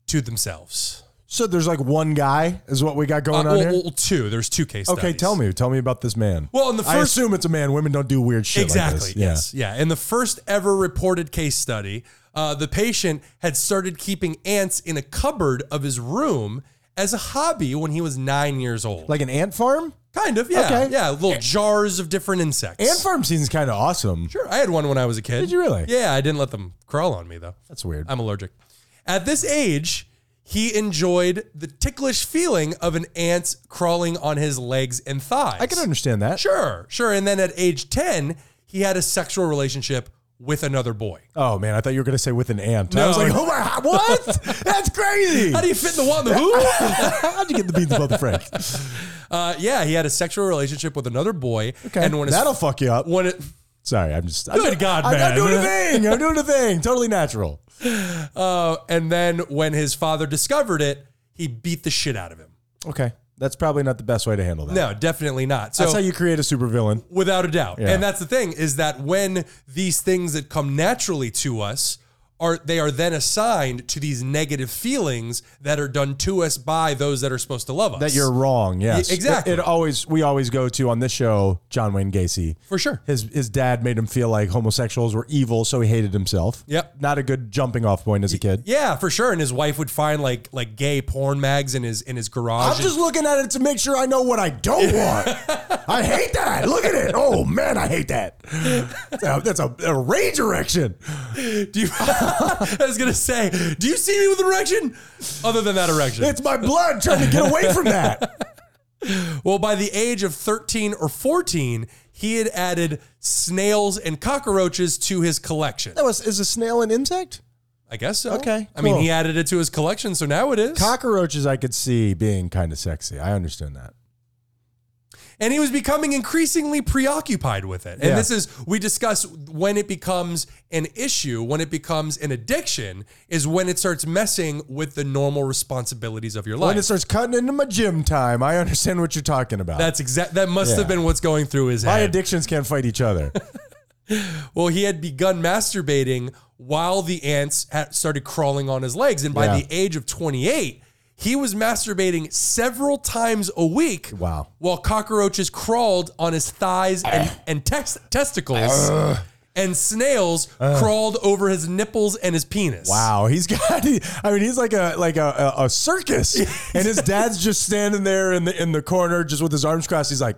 to themselves. So there's like one guy is what we got going Uh, on well, here. well, two. There's two case okay, studies. tell me. Tell me about this man. Well, in the I first- assume it's a man. Women don't do weird shit. Exactly. Like this. Yes. Yeah. In the first ever reported case study, uh, the patient had started keeping ants in a cupboard of his room as a hobby when he was nine years old. Like an ant farm? kind of, yeah, Okay. yeah, little jars of different insects. Ant farm seems kind of awesome. Sure, I had one when I was a kid. Did you really? Yeah, I didn't let them crawl on me though. That's weird. I'm allergic. At this age, he enjoyed the ticklish feeling of an ant crawling on his legs and thighs. I can understand that. Sure, sure. And then at age 10, he had a sexual relationship with another boy. Oh man, I thought you were gonna say with an ant. I No. was like, oh my, what? That's crazy. How do you fit in the what and the who? How'd you get the beans above the French? Uh, yeah, he had a sexual relationship with another boy. Okay, And when his, that'll fuck you up. when it, Sorry, I'm just. Good I'm, God, I'm, man. I'm doing a thing. I'm doing a thing. Totally natural. uh, and then when his father discovered it, he beat the shit out of him. Okay, that's probably not the best way to handle that. No, definitely not. So that's how you create a supervillain. without a doubt. Yeah. And that's the thing is that when these things that come naturally to us are they are then assigned to these negative feelings that are done to us by those that are supposed to love us. That you're wrong. Yes, Yeah, exactly. It, it always we always go to on this show John Wayne Gacy. for sure. His his dad made him feel like homosexuals were evil, so he hated himself. Yep. Not a good jumping off point as a kid. Yeah, for sure. And his wife would find like like gay porn mags in his in his garage. I'm just looking at it to make sure I know what I don't want. I hate that. Look at it. Oh man, I hate that. Uh, That's a, a rage erection. do you, I was gonna say, do you see me with an erection? Other than that erection. It's my blood trying to get away from that. Well, by the age of 13 or 14, he had added snails and cockroaches to his collection. was is a snail an insect? I guess so. Okay, I mean, cool. he added it to his collection, so now it is. Cockroaches I could see being kind of sexy. I understand that. and he was becoming increasingly preoccupied with it. And Yeah. this is, we discuss when it becomes an issue, when it becomes an addiction, is when it starts messing with the normal responsibilities of your life. When it starts cutting into my gym time, I understand what you're talking about. That's exact. That must Yeah. have been what's going through his my head. addictions can't fight each other. Well, he had begun masturbating while the ants had started crawling on his legs. And by Yeah. the age of 28, he was masturbating several times a week. Wow. While cockroaches crawled on his thighs and, and tex- testicles. and snails crawled over his nipples and his penis. Wow, he's got. I mean, he's like a like a, a, a circus, and his dad's just standing there in the in the corner, just with his arms crossed. He's like,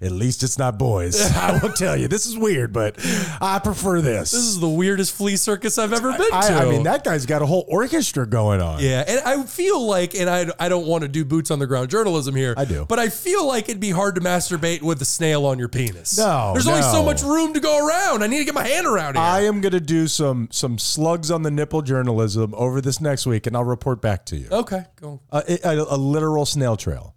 "At least it's not boys." I will tell you, this is weird, but I prefer this. This is the weirdest flea circus I've ever been to. I, I mean, that guy's got a whole orchestra going on. Yeah, and I feel like, and I, I don't want to do boots on the ground journalism here. I do. but I feel like it'd be hard to masturbate with a snail on your penis. No, there's only so no. much room to go around. I need to get my hand around here. I am gonna do some some slugs on the nipple journalism over this next week, and I'll report back to you. okay, go. A, a, a literal snail trail.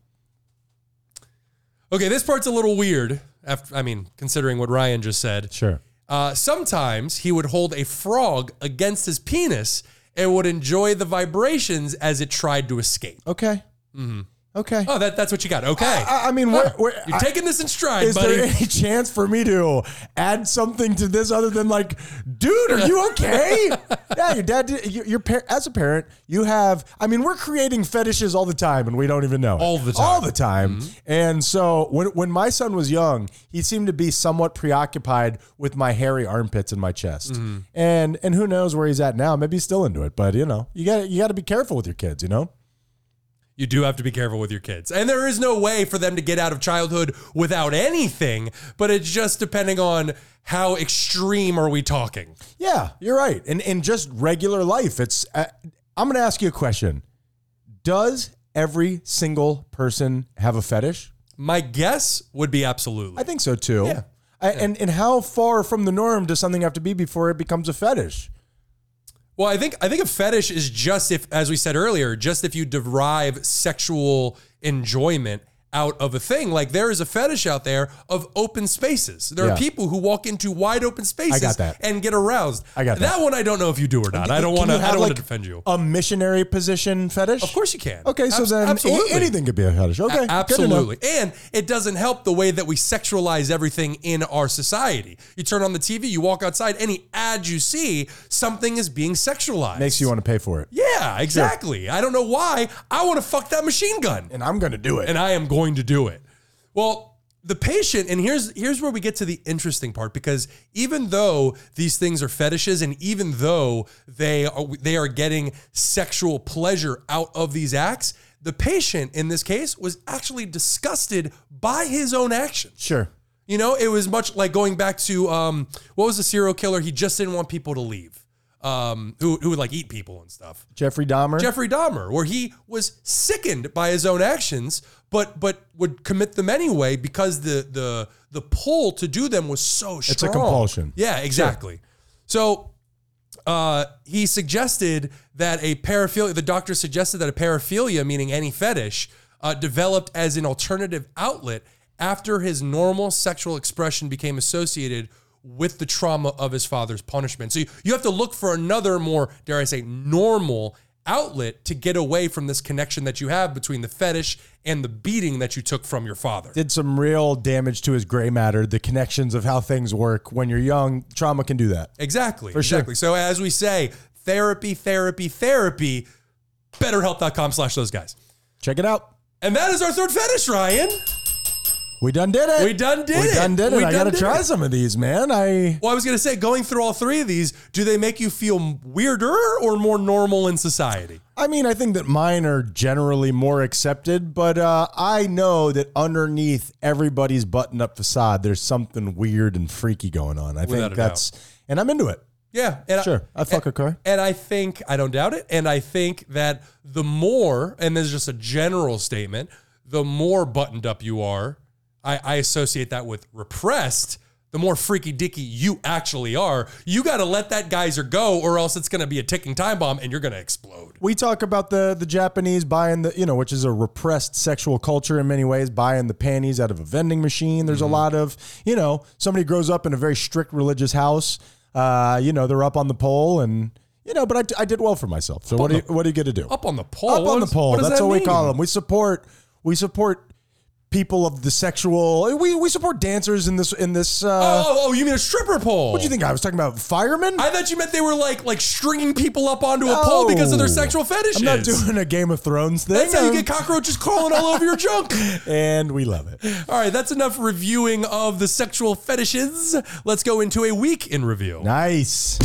Okay, this part's a little weird. After I mean, considering what Ryan just said, Sure. uh, sometimes he would hold a frog against his penis and would enjoy the vibrations as it tried to escape. Okay. Okay. Oh, that that's what you got. Okay, I, I mean, where, where, you're I- taking this in stride, Is buddy. there any chance for me to add something to this other than like, dude, are you okay? yeah, your dad, did, your, your par- as a parent, you have. I mean, we're creating fetishes all the time, and we don't even know it. All the time. Mm-hmm. all the time. And so when when my son was young, he seemed to be somewhat preoccupied with my hairy armpits and my chest, Mm-hmm. and and who knows where he's at now? Maybe he's still into it, but you know, you got you got to be careful with your kids, you know. You do have to be careful with your kids. And there is no way for them to get out of childhood without anything, but it's just depending on how extreme are we talking. Yeah, you're right. And in just regular life, it's. Uh, I'm going to ask you a question. Does every single person have a fetish? My guess would be absolutely. I think so too. Yeah. And and how far from the norm does something have to be before it becomes a fetish? Well, I think I think a fetish is just if as we said earlier, just if you derive sexual enjoyment out of a thing. Like there is a fetish out there of open spaces. There Yeah. are people who walk into wide open spaces that. and get aroused. I got that. one I don't know if you do or not. I don't Can want to you I have, don't want like, to defend you. A missionary position fetish? Of course you can. Okay, so Abs- then a- anything could be a fetish. Okay, good to know. Absolutely. And it doesn't help the way that we sexualize everything in our society. You turn on the TV, you walk outside, any ad you see, something is being sexualized. Makes you want to pay for it. Yeah, exactly. I don't know why. I want to fuck that machine gun. And I'm going to do it. And I am going to do it. Well, the patient, and here's here's where we get to the interesting part because even though these things are fetishes, and even though they are they are getting sexual pleasure out of these acts, The patient in this case was actually disgusted by his own actions. Sure. You know, it was much like going back to um, what was the serial killer? He just didn't want people to leave, um, who, who would like eat people and stuff. Jeffrey Dahmer. Jeffrey Dahmer, where he was sickened by his own actions, but but would commit them anyway because the the the pull to do them was so strong. a compulsion. Yeah, exactly. So uh, he suggested that a paraphilia. The doctor suggested that a paraphilia, meaning any fetish, uh, developed as an alternative outlet after his normal sexual expression became associated with the trauma of his father's punishment. So you, you have to look for another more, dare I say, normal outlet to get away from this connection that you have between the fetish and the beating that you took from your father. Did some real damage to his gray matter, the connections of how things work. When you're young, trauma can do that. Exactly. sure. exactly. So as we say, therapy, therapy, therapy, betterhelp.com slash those guys. Check it out. And that is our third fetish, Ryan. We done did it. We done did We it. done did it. We I done gotta did try it. some of these, man. I Well, I was going to say, going through all three of these, do they make you feel weirder or more normal in society? I mean, I think that mine are generally more accepted, but uh, I know that underneath everybody's button-up facade, there's something weird and freaky going on. I Without a Eh, think that's, and I'm into it. Yeah. And I- Sure, I fuck a car. And I think, I don't doubt it. And I think that the more, and this is just a general statement, the more buttoned up you are, I, I associate that with repressed, the more freaky dicky you actually are. You got to let that geyser go, or else it's going to be a ticking time bomb and you're going to explode. We talk about the the Japanese buying the you know, which is a repressed sexual culture in many ways, buying the panties out of a vending machine. Mm-hmm. There's a lot of you know, somebody grows up in a very strict religious house. Uh, you know, they're up on the pole, and you know, but I, I did well for myself. So what do you, what are you gonna do? Up on the pole. Up on What the does- what pole. does That's that what we mean? call them. We support we support people of the sexual. We we support dancers in this in this. Uh, Oh, oh, oh, you mean a stripper pole? What do you think I was talking about? Firemen. I thought you meant they were like like stringing people up onto a pole because of their No. sexual fetishes. I'm not doing a Game of Thrones thing. That's how you I'm- get cockroaches crawling all over your junk. and we love it. All right, that's enough reviewing of the sexual fetishes. Let's go into a week in review. Nice.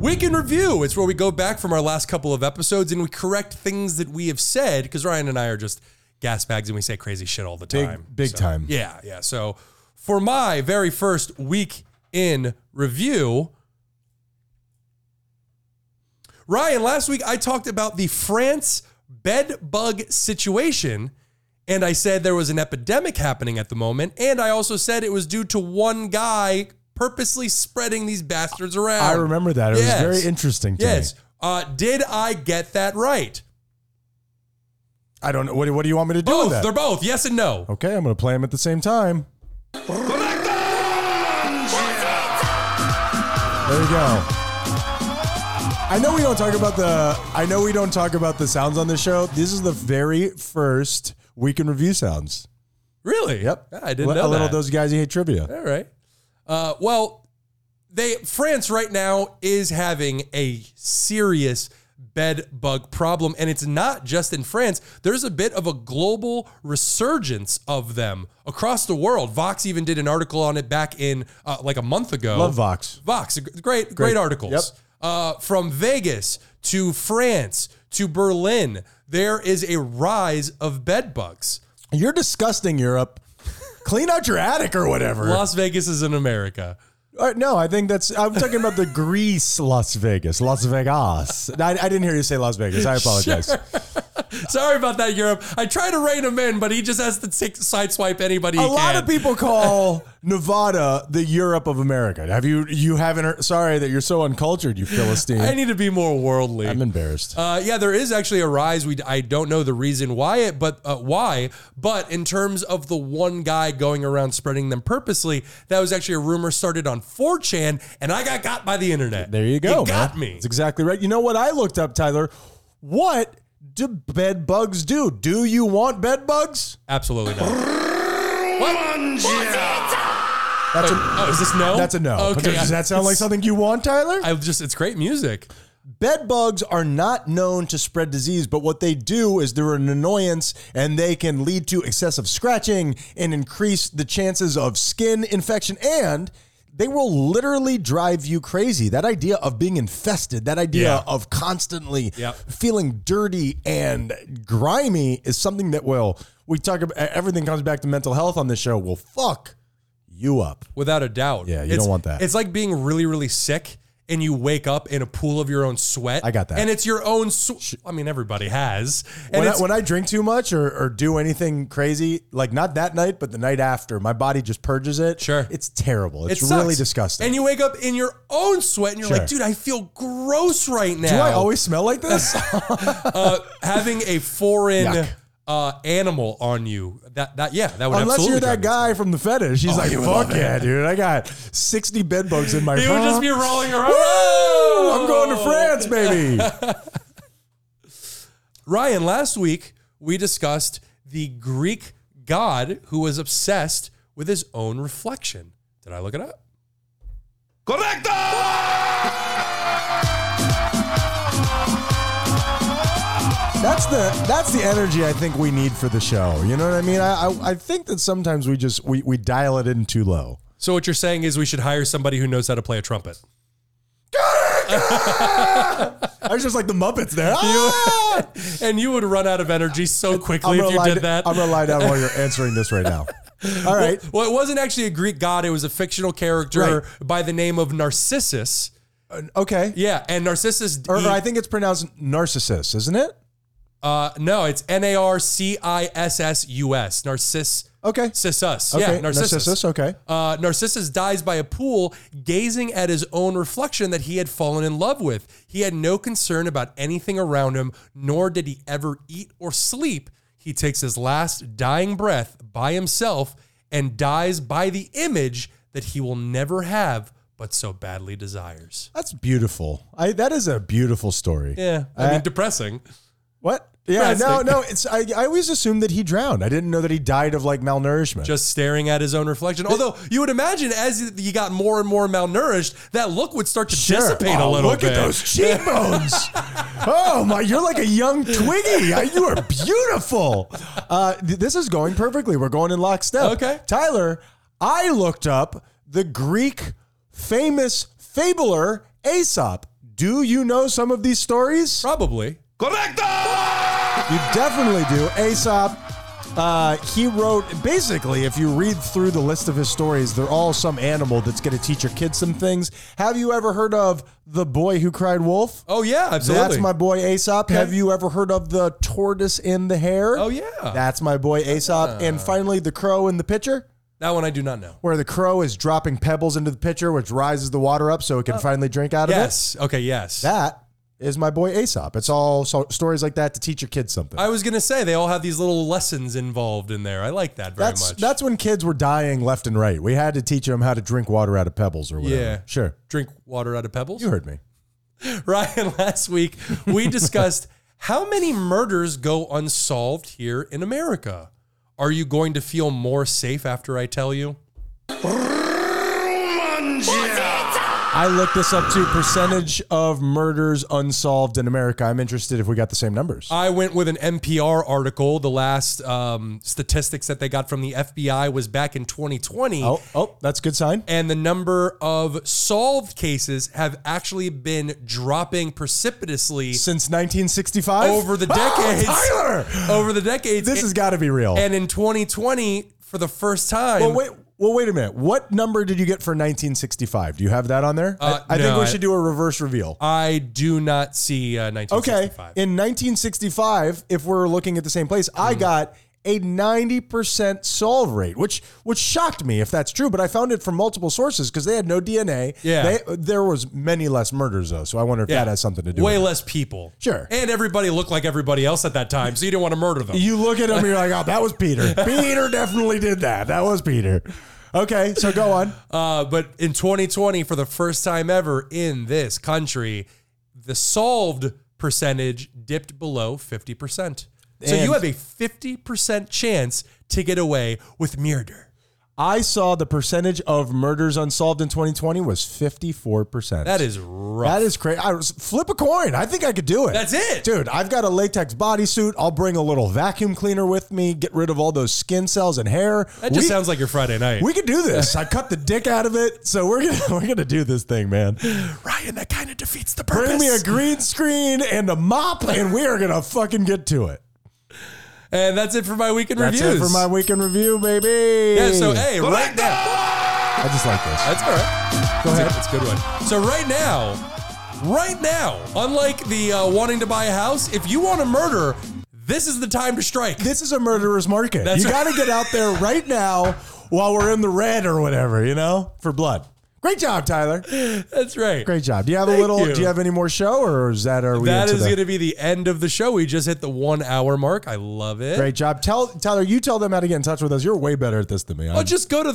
Week in review. It's where we go back from our last couple of episodes and we correct things that we have said because Ryan and I are just gas bags and we say crazy shit all the Big time. big So, time. Yeah, yeah. So for my very first week in review, Ryan, last week I talked about the France bed bug situation. And I said there was an epidemic happening at the moment. And I also said it was due to one guy purposely spreading these bastards around. I remember that. It Um, Yes. was very interesting to Yes. me. Uh, did I get that right? I don't know. What, do- what do you want me to do Both. with that? Oh, They're both. Yes and no. Okay, I'm going to play them at the same time. There you go. I know we don't talk about the I know we don't talk about the sounds on the show. This is the very first week in review sounds. Really? Ah, Yep. I didn't Li- know A little that. those guys who hate trivia. All right. Uh, well, they France right now is having a serious bed bug problem, and it's not just in France. There's a bit of a global resurgence of them across the world. Vox even did an article on it back in uh, like a month ago. Love Vox. Vox, great, great, articles. Yep. Uh, from Vegas to France to Berlin, there is a rise of bed bugs. You're disgusting, Europe. Clean out your attic or whatever. Las Vegas is in America. Uh, no, I think that's. I'm talking about the Greece, Las Vegas, Las Vegas. I, I didn't hear you say Las Vegas. I apologize. Sorry about that, Europe. I try to rein him in, but he just has to take, sideswipe anybody. He A lot can. of people call Nevada the Europe of America. Have you? You haven't. Heard, sorry that you're so uncultured, you philistine. I need to be more worldly. I'm embarrassed. Uh, yeah, there is actually a rise. We I don't know the reason why it, but uh, why? But in terms of the one guy going around spreading them purposely, that was actually a rumor started on 4chan, and I got got by the internet. there you go. It got man. me. That's exactly right. You know what I looked up, Tyler? What do bed bugs do? Do you want bed bugs? Absolutely not. What? That's a, Oh, is this no? that's a no. But Okay, Does that sound like something you want, Tyler? I just it's great music. Bed bugs are not known to spread disease, but what they do is they're an annoyance and they can lead to excessive scratching and increase the chances of skin infection. And they will literally drive you crazy. That idea of being infested, that idea Yeah. of constantly Yep. feeling dirty and grimy is something that will, we talk about, everything comes back to mental health on this show, will fuck you up. without a doubt. Yeah, you It's- don't want that. It's like being really, really sick and you wake up in a pool of your own sweat. I got that. And it's your own. Sw- I mean, everybody has. And When I, it's, when I drink too much or, or do anything crazy, like not that night, but the night after, my body just purges it. Sure. It's terrible. it It's sucks. really disgusting. And you wake up in your own sweat and you're Sure. like, dude, I feel gross right now. do I always smell like this? uh, having a foreign Yuck. uh, animal on you. That that yeah, that would Unless absolutely you're drive that me guy from the fetish. He's like, you would love fuck yeah, dude. I got 60 bed bugs in my nuts. He would just be Oh. rolling around. Woo! I'm going to France, baby. Ryan, last week we discussed the Greek god who was obsessed with his own reflection. Did I look it up? that's the that's the energy I think we need for the show. You know what I mean? I I, I think that sometimes we just we, we dial it in too low. So what you're saying is we should hire somebody who knows how to play a trumpet. I was just like the Muppets there. Ah! And you would run out of energy so quickly if you lie did d- that. Ah, I'm gonna lie down while you're answering this right now. All right. well, it wasn't actually a Greek god. It was a fictional character Right. by the name of Narcissus. Okay. Yeah, and Narcissus. Or, he- or I think it's pronounced narcissist, isn't it? Uh, no, it's N A R C I S S U S. Narcissus. Okay. Narcissus. Okay. Yeah, Narcissus. Narcissus, okay. Uh, Narcissus dies by a pool, gazing at his own reflection that he had fallen in love with. He had no concern about anything around him, nor did he ever eat or sleep. He takes his last dying breath by himself and dies by the image that he will never have, but so badly desires. That's beautiful. I that is a beautiful story. Yeah, I mean, depressing. What? Yeah, no, Drastic. no. It's I, I always assumed that he drowned. I didn't know that he died of like malnourishment. just staring at his own reflection. Although you would imagine as he got more and more malnourished, that look would start to dissipate a Oh, little look bit. at those cheekbones. oh my, you're like a young Twiggy. Uh, You are beautiful. Uh, th- this is going perfectly. We're going in lockstep. Okay. Tyler, I looked up the Greek famous fabler Aesop. Do you know some of these stories? Probably. You definitely do. Aesop, uh, he wrote basically, if you read through the list of his stories, they're all some animal that's going to teach your kids some things. Have you ever heard of The Boy Who Cried Wolf? Oh yeah, absolutely. That's my boy Aesop. Have you ever heard of The Tortoise and the Hare? Oh yeah. Ah. That, That's my boy Aesop. and finally, The Crow in the Pitcher. one I do not know. Where the crow is dropping pebbles into the pitcher, which rises the water up so it can finally drink out of it. Oh. Yes. Okay, yes. That is my boy Aesop. It's all so- stories like that to teach your kids something. I was gonna say they all have these little lessons involved in there. I like that very that's much. that's when kids were dying left and right. We had to teach them how to drink water out of pebbles or whatever. Yeah. sure. Drink water out of pebbles. You heard me. Ryan, last week we discussed how many murders go unsolved here in America. Are you going to feel more safe after I tell you? I looked this up too. Percentage of murders unsolved in America. I'm interested if we got the same numbers. I went with an NPR article. The last um, statistics that they got from the FBI was back in 2020. oh, oh, that's a good sign. And the number of solved cases have actually been dropping precipitously Since 1965, over the Oh, decades. Tyler, Over the decades. this has got to be real. And in 2020, for the first time. well, wait. Well, wait a minute. What number did you get for 1965? Do you have that on there? Uh, I, I think no, we I- Uh, should do a reverse reveal. I do not see uh, Okay. 1965. In 1965, if we're looking at the same place, Mm-hmm. I got a 90% solve rate, which which shocked me if that's true, but I found it from multiple sources because they had no DNA. Yeah. They, there was many less murders though, so I wonder if that has something to do Way with less people. Sure. And everybody looked like everybody else at that time, so you didn't want to murder them. it. You look at him and you're like, oh, that was Peter. Peter definitely did that. That was Peter. Okay, so go on. Uh, but in 2020, for the first time ever in this country, the solved percentage dipped below 50%. So And- you have a 50% chance to get away with murder. I saw the percentage of murders unsolved in 2020 was 54%. That is rough. That is crazy. I was, flip a coin. I think I could do it. That's it. Dude, I've got a latex bodysuit. I'll bring a little vacuum cleaner with me, get rid of all those skin cells and hair. That just sounds like your Friday night. We could do this. I cut the dick out of it. So we're gonna we're gonna do this thing, man. Ryan, that kind of defeats the purpose. Bring me a green screen and a mop, and we are gonna fucking get to it. and that's it for my weekend That's reviews. it for my weekend review, baby. Yeah, so hey, right now. I just like this. That's all right. Go ahead. That's a good one. So right now, right now, unlike the uh, wanting to buy a house, if you want to murder, this is the time to strike. This is a murderer's market. That's you right. got to get out there right now while we're in the red or whatever, you know, for blood. Great job, Tyler. That's right. Great job. Do you have a Thank little? you. Do you have any more show, or is that are we? That into is the- going to be the end of the show. We just hit the one hour mark. I love it. Great job, tell Tyler. You tell them how to get in touch with us. You're way better at this than me. Oh, I'm- just go to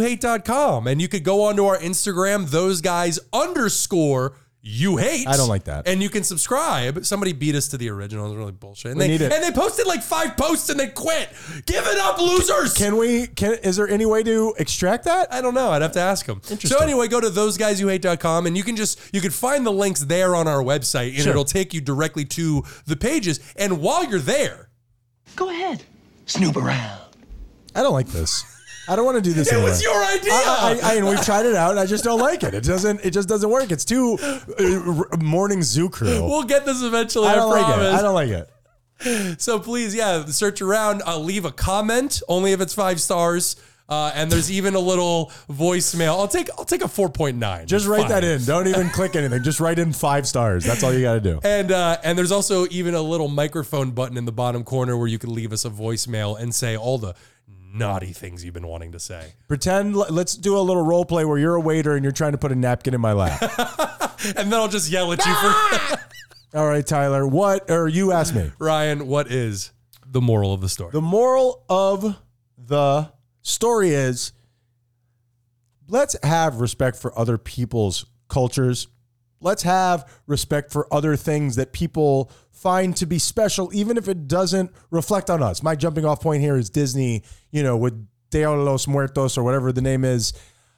thoseguysyouhate.com and you could go onto our Instagram, those guys underscore you hate. I don't like that. And you can subscribe. Somebody beat us to the original. It's really bullshit. And We they, need it. and they posted like five posts and they quit. Give it up, losers. can we? Can is there any way to extract that? I don't know. I'd have to ask them. So anyway, go to thoseguysyouhate.com and you can just you can find the links there on our website and it'll take you directly to the pages. And while you're there, Go ahead. Snoop around. I don't like this. I don't want to do this. it anymore. was your idea. I, I, I, and we've tried it out, and I just don't like it. It doesn't. It just doesn't work. It's too uh, r- morning zoo crew. we'll get this eventually. I, I don't like promise. it. I don't like it. So please, yeah, search around. Uh, leave a comment, only if it's five stars. Uh, and there's even a little voicemail. I'll take I'll take a four point nine. Just write that in. Don't even click anything. Just write in five stars. That's all you got to do. And uh, and there's also even a little microphone button in the bottom corner where you can leave us a voicemail and say all the naughty things you've been wanting to say. Pretend. Let's do a little role play where you're a waiter and you're trying to put a napkin in my lap. And then I'll just yell at you for All right, Tyler. What? Or you ask me. Ryan, what is the moral of the story? The moral of the story is let's have respect for other people's cultures. Let's have respect for other things that people find to be special, even if it doesn't reflect on us. My jumping off point here is Disney, you know, with Deo de los Muertos or whatever the name is.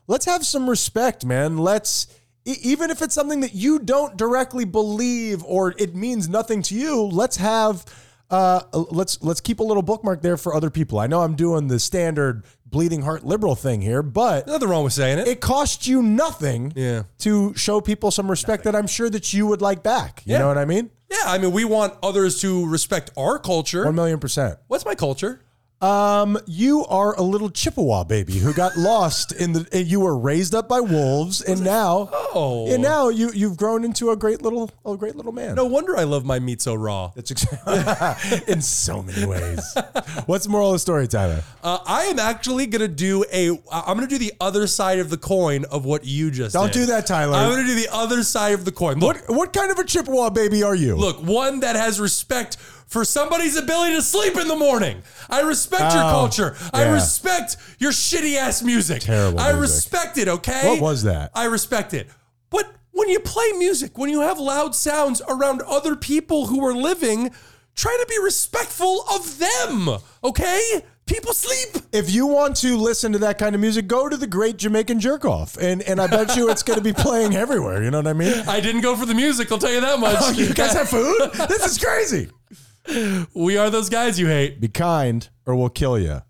Let's have some respect, man. Let's, e- even if it's something that you don't directly believe or it means nothing to you, let's have. Uh, let's let's keep a little bookmark there for other people. I know I'm doing the standard bleeding heart liberal thing here, but Nothing wrong with saying it. it costs you nothing Yeah. to show people some respect that I'm sure that you would like back. You Yeah. know what I mean? Yeah, I mean, we want others to respect our culture. One million percent. What's my culture? Um, you are a little Chippewa baby who got lost in the. and You were raised up by wolves, and now, Oh. and now you you've grown into a great little a great little man. No wonder I love my meat so raw. That's ex- in so many ways. What's the moral of the story, Tyler? Uh, I am actually gonna do a. I'm gonna do the other side of the coin of what you just. Don't did. do that, Tyler. I'm gonna do the other side of the coin. Look, What kind of a Chippewa baby are you? look, one that has respect for somebody's ability to sleep in the morning. I respect your Oh, culture. I yeah. respect your shitty ass music. Terrible I music. respect it. Okay. What was that? I respect it. But when you play music, when you have loud sounds around other people who are living, try to be respectful of them. Okay. People sleep. if you want to listen to that kind of music, go to the Great Jamaican Jerk Off, and and I bet you it's going to be playing everywhere. You know what I mean? I didn't go for the music, I'll tell you that much. Oh, you guys have food? This is crazy. we are those guys you hate. Be kind, or we'll kill you.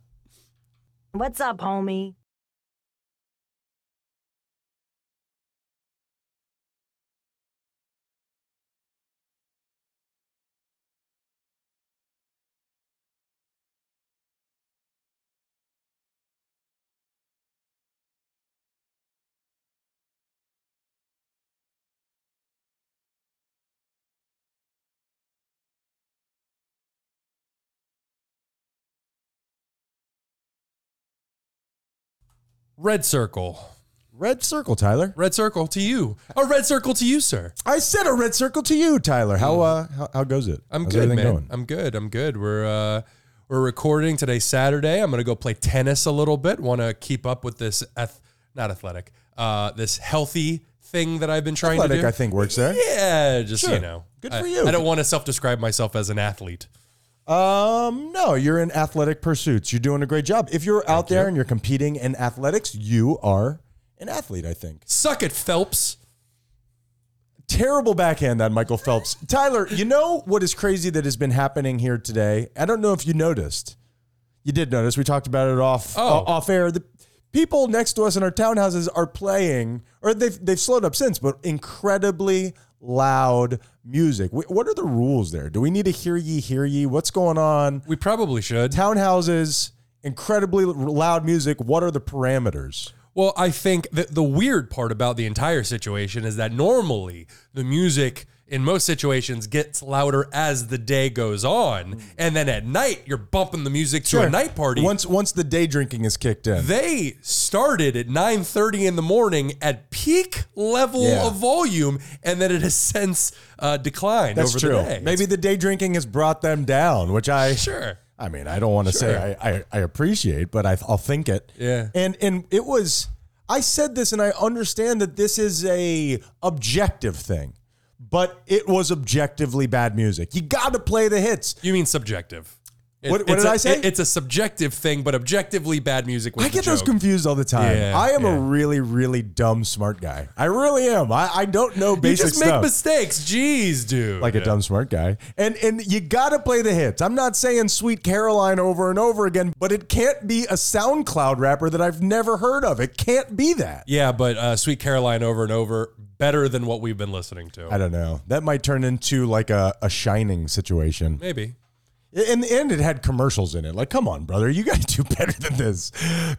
What's up, homie? Red circle. Red circle, Tyler. Red circle to you. A red circle to you, sir. I said a red circle to you, Tyler. How uh how, how goes it? I'm How's good, man. everything going? I'm good. I'm good. We're uh we're recording today Saturday. I'm gonna go play tennis a little bit. Wanna keep up with this ath- not athletic, uh this healthy thing that I've been trying Athletic, to do. I think, works there. Yeah, just Sure. you know. Good I- for you. I don't want to self-describe myself as an athlete. Um, no, you're in athletic pursuits. You're doing a great job. If you're out there and you're competing in athletics, you are an athlete, I think. Suck it, Phelps. Terrible backhand on Michael Phelps. Tyler, you know what is crazy that has been happening here today? I don't know if you noticed. You did notice. We talked about it off Oh. uh, off air. The people next to us in our townhouses are playing, or they've they've slowed up since, but incredibly loud music. Wh- What are the rules there? Do we need to hear ye, hear ye? What's going on? We probably should. townhouses, incredibly loud music. What are the parameters? Well, I think that the weird part about the entire situation is that normally the music in most situations gets louder as the day goes Hmm. on, and then at night you're bumping the music to a night party. Once once the day drinking is kicked in. they started at 9.30 in the morning at peak level Yeah. of volume and then it has since uh, declined That's over true. the day Maybe the day drinking has brought them down, which I sure I mean, I don't want to say I, I I appreciate, but I, I'll think it. Yeah. And and it was I said this, and I understand that this is a objective thing, but it was objectively bad music. You got to play the hits. you mean subjective It- What- what it's did a- I say? it- it's a subjective thing but objectively bad music was I the get those joke. confused all the time. Yeah, I am yeah. a really, really dumb smart guy. I really am. I, I don't know you basic just make stuff. mistakes jeez dude like a dumb smart guy. And and you gotta play the hits. I'm not saying Sweet Caroline over and over again, but it can't be a SoundCloud rapper that I've never heard of. It can't be that. yeah but uh, sweet caroline over and over better than what we've been listening to I don't know. That might turn into like a, a shining situation. maybe In the end, it had commercials in it. Like, come on, brother, you gotta do better than this.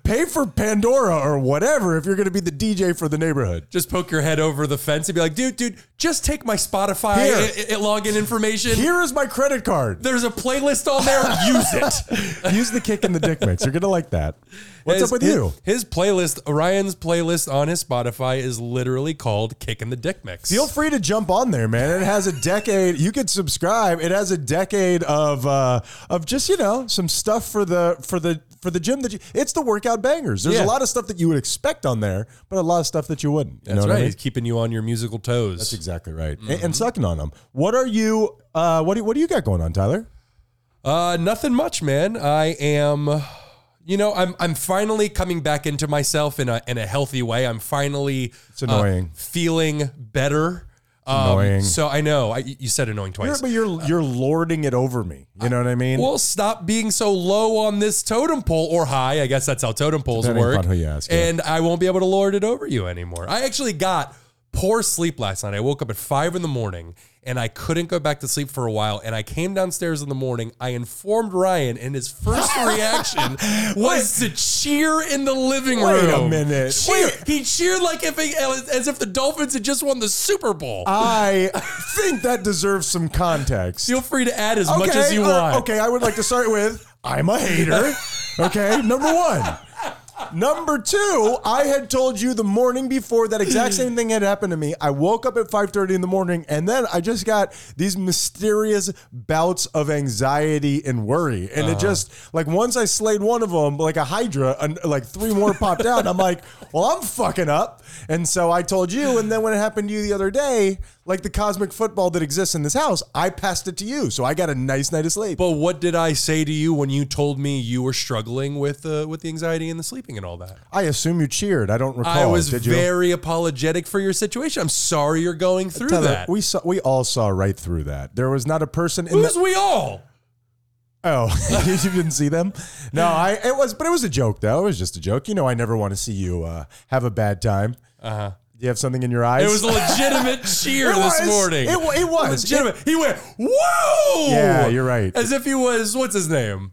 Pay for Pandora or whatever if you're gonna be the DJ for the neighborhood. just poke your head over the fence and be like dude dude just take my spotify Here. i- i- login information Here is my credit card. there's a playlist on there use it Use the kick in the dick mix. You're gonna like that. What's His- up with his- you? His playlist, Orion's playlist on his Spotify is literally called Kick in the Dick Mix. Feel free to jump on there, man. It has a decade. You could subscribe. It has a decade of uh, of just you know some stuff for the for the for the gym that you. It's the workout bangers. There's Yeah. a lot of stuff that you would expect on there, but a lot of stuff that you wouldn't. You know That's what I right. Mm-hmm. mean? He's keeping you on your musical toes. That's exactly right. And, and sucking on them. What are you? Uh, what do what do you got going on, Tyler? uh, nothing much, man. I am, you know, I'm I'm finally coming back into myself in a in a healthy way. I'm finally uh, It's annoying. feeling better. Um, annoying. So I know I, you said annoying You're, twice. but you're you're lording it over me. You know what I mean? Well, stop being so low on this totem pole or high. I guess that's how totem poles Depending work. upon who you ask, yeah. And I won't be able to lord it over you anymore. I actually got poor sleep last night. I woke up at five in the morning and I couldn't go back to sleep for a while. And I came downstairs in the morning. I informed Ryan, and his first reaction was to cheer in the living Wait a room. minute. Cheer. He cheered like if it, as if the Dolphins had just won the Super Bowl. Uh, I think that deserves some context. Feel free to add as much as you uh, want. Okay, I would like to start with I'm a hater. Okay, number one. Number two, I had told you the morning before that exact same thing had happened to me. I woke up at 5:30 in the morning, and then I just got these mysterious bouts of anxiety and worry. And it just like once I slayed one of them, like a hydra, and like three more popped out. and I'm like, well, I'm fucking up. And so I told you, and then when it happened to you the other day, like the cosmic football that exists in this house, I passed it to you. So I got a nice night of sleep. But what did I say to you when you told me you were struggling with uh, with the anxiety and the sleeping and all that? I assume you cheered. I don't recall. I was Did you? very apologetic for your situation. I'm sorry you're going through Tyler, that. We saw, we all saw right through that. There was not a person in Who's the. we all? Oh, you didn't see them? No, I. It was, but it was a joke though. It was just a joke. You know, I never want to see you uh, have a bad time. Uh huh. Do you have something in your eyes? Uh-huh. It was a legitimate cheer It this was. morning. It wa- it was. legitimate. he went whoa. Yeah, you're right. As if he was what's his name?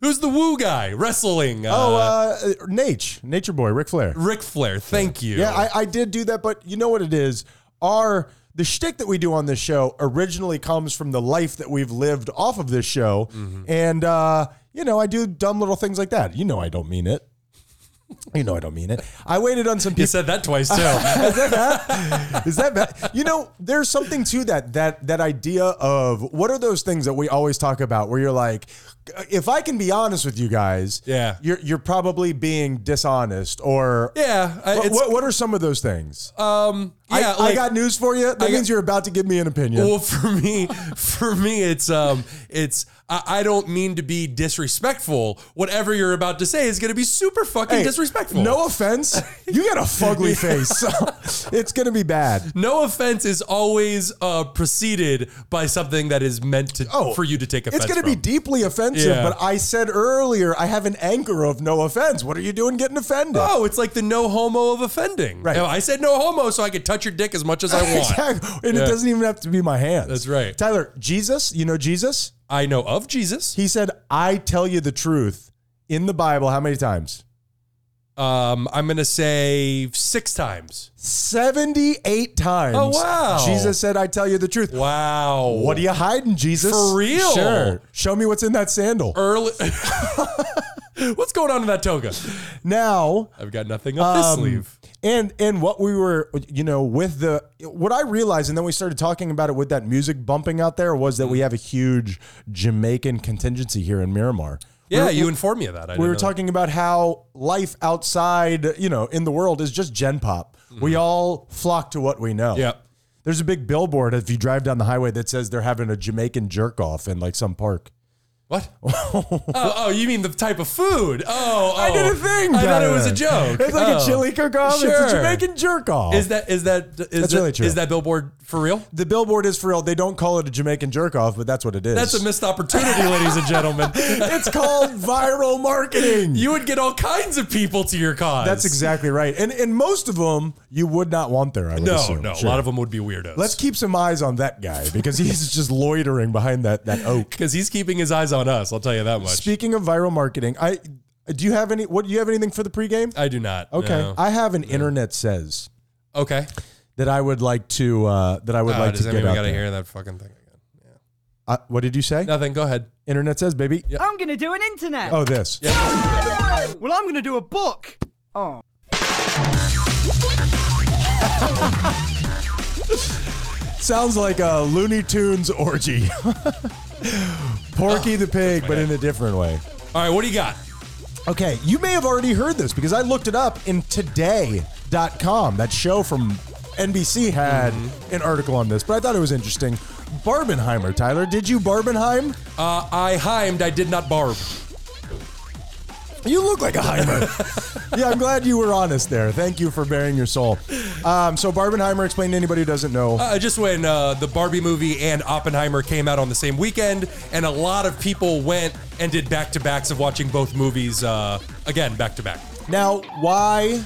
Who's the woo guy wrestling? Uh, oh, uh, Nate, Nature Boy, Ric Flair. Ric Flair. Thank you. Yeah, I, I did do that, but you know what it is? Our the shtick that we do on this show originally comes from the life that we've lived off of this show, Mm-hmm. and uh, you know I do dumb little things like that. You know I don't mean it. You know I don't mean it. I waited on some people. You said that twice too. Is that bad? Is that bad? You know, there's something to that that that idea of what are those things that we always talk about where you're like if I can be honest with you guys, Yeah. you're you're probably being dishonest or yeah, I, What, it's, what, what are some of those things? I, yeah. I like- got news for you. That means you're about to give me an opinion. Well, for me, for me, it's um, it's I, I don't mean to be disrespectful. Whatever you're about to say is going to be super fucking Hey, disrespectful. No offense. You got a fugly face. So it's going to be bad. no offense is always uh, preceded by something that is meant to Oh, for you to take offense. It's going to be from. deeply offensive, Yeah. but I said earlier I have an anchor of no offense. What are you doing getting offended? Oh, it's like the no homo of offending. Right. I said no homo, so I could touch your dick as much as I want. Exactly. And it doesn't even have to be my hands. That's right. Tyler, Jesus, you know Jesus? I know of Jesus. He said, I tell you the truth in the Bible how many times? Um, I'm gonna say six times. 78 times. Oh, wow. Jesus said, I tell you the truth. Wow. What are you hiding, Jesus? For real? Sure. Show me what's in that sandal. early? What's going on in that toga? Now, I've got nothing up this Um, sleeve. And and what we were, you know, with the what I realized, and then we started talking about it with that music bumping out there, was that we have a huge Jamaican contingency here in Miramar. Yeah, you informed me of that. I We didn't were know. talking about how life outside, you know, in the world is just gen pop. We Mm-hmm. all flock to what we know. Yep. There's a big billboard if you drive down the highway that says they're having a Jamaican jerk off in like some park. What? oh, oh, you mean the type of food? Oh, oh. I did a thing. I thought it Tyler. was a joke. It's like Oh. a chili cook off. It's a Sure. Jamaican jerk off. Is that is that is That's that- really true. Is that billboard for real? The billboard is for real. They don't call it a Jamaican jerk off, but that's what it is. That's a missed opportunity, ladies and gentlemen. it's called viral marketing. you would get all kinds of people to your cause. that's exactly right. And and most of them you would not want there. I would No, assume. no, Sure. a lot of them would be weirdos. Let's keep some eyes on that guy because he's just loitering behind that that oak. because he's keeping his eyes on us. I'll tell you that much. Speaking of viral marketing, I do you have any? What do you have anything for the pregame? I do not. Okay, Uh, no. I have an internet says okay. that I would like to uh, that I would Ah, like does to that get mean we out gotta there. hear that fucking thing again? Uh, what did you say? Nothing. Go ahead. Internet says, baby. I'm gonna do an internet. Oh, this. Well, I'm gonna do a book. Oh. Sounds like a Looney Tunes orgy. Porky the pig, but in a different way. All right. What do you got? Okay, you may have already heard this because I looked it up in today.com. That show from NBC had an article on this, but I thought it was interesting. Barbenheimer, Tyler. Did you Barbenheim? Uh, I himed. I did not barb. You look like a Heimer. yeah, I'm glad you were honest there. Thank you for bearing your soul. Um, so, Barbenheimer, explain to anybody who doesn't know. Uh, just when uh, the Barbie movie and Oppenheimer came out on the same weekend, and a lot of people went and did back to backs of watching both movies uh, again, back to back. Now, why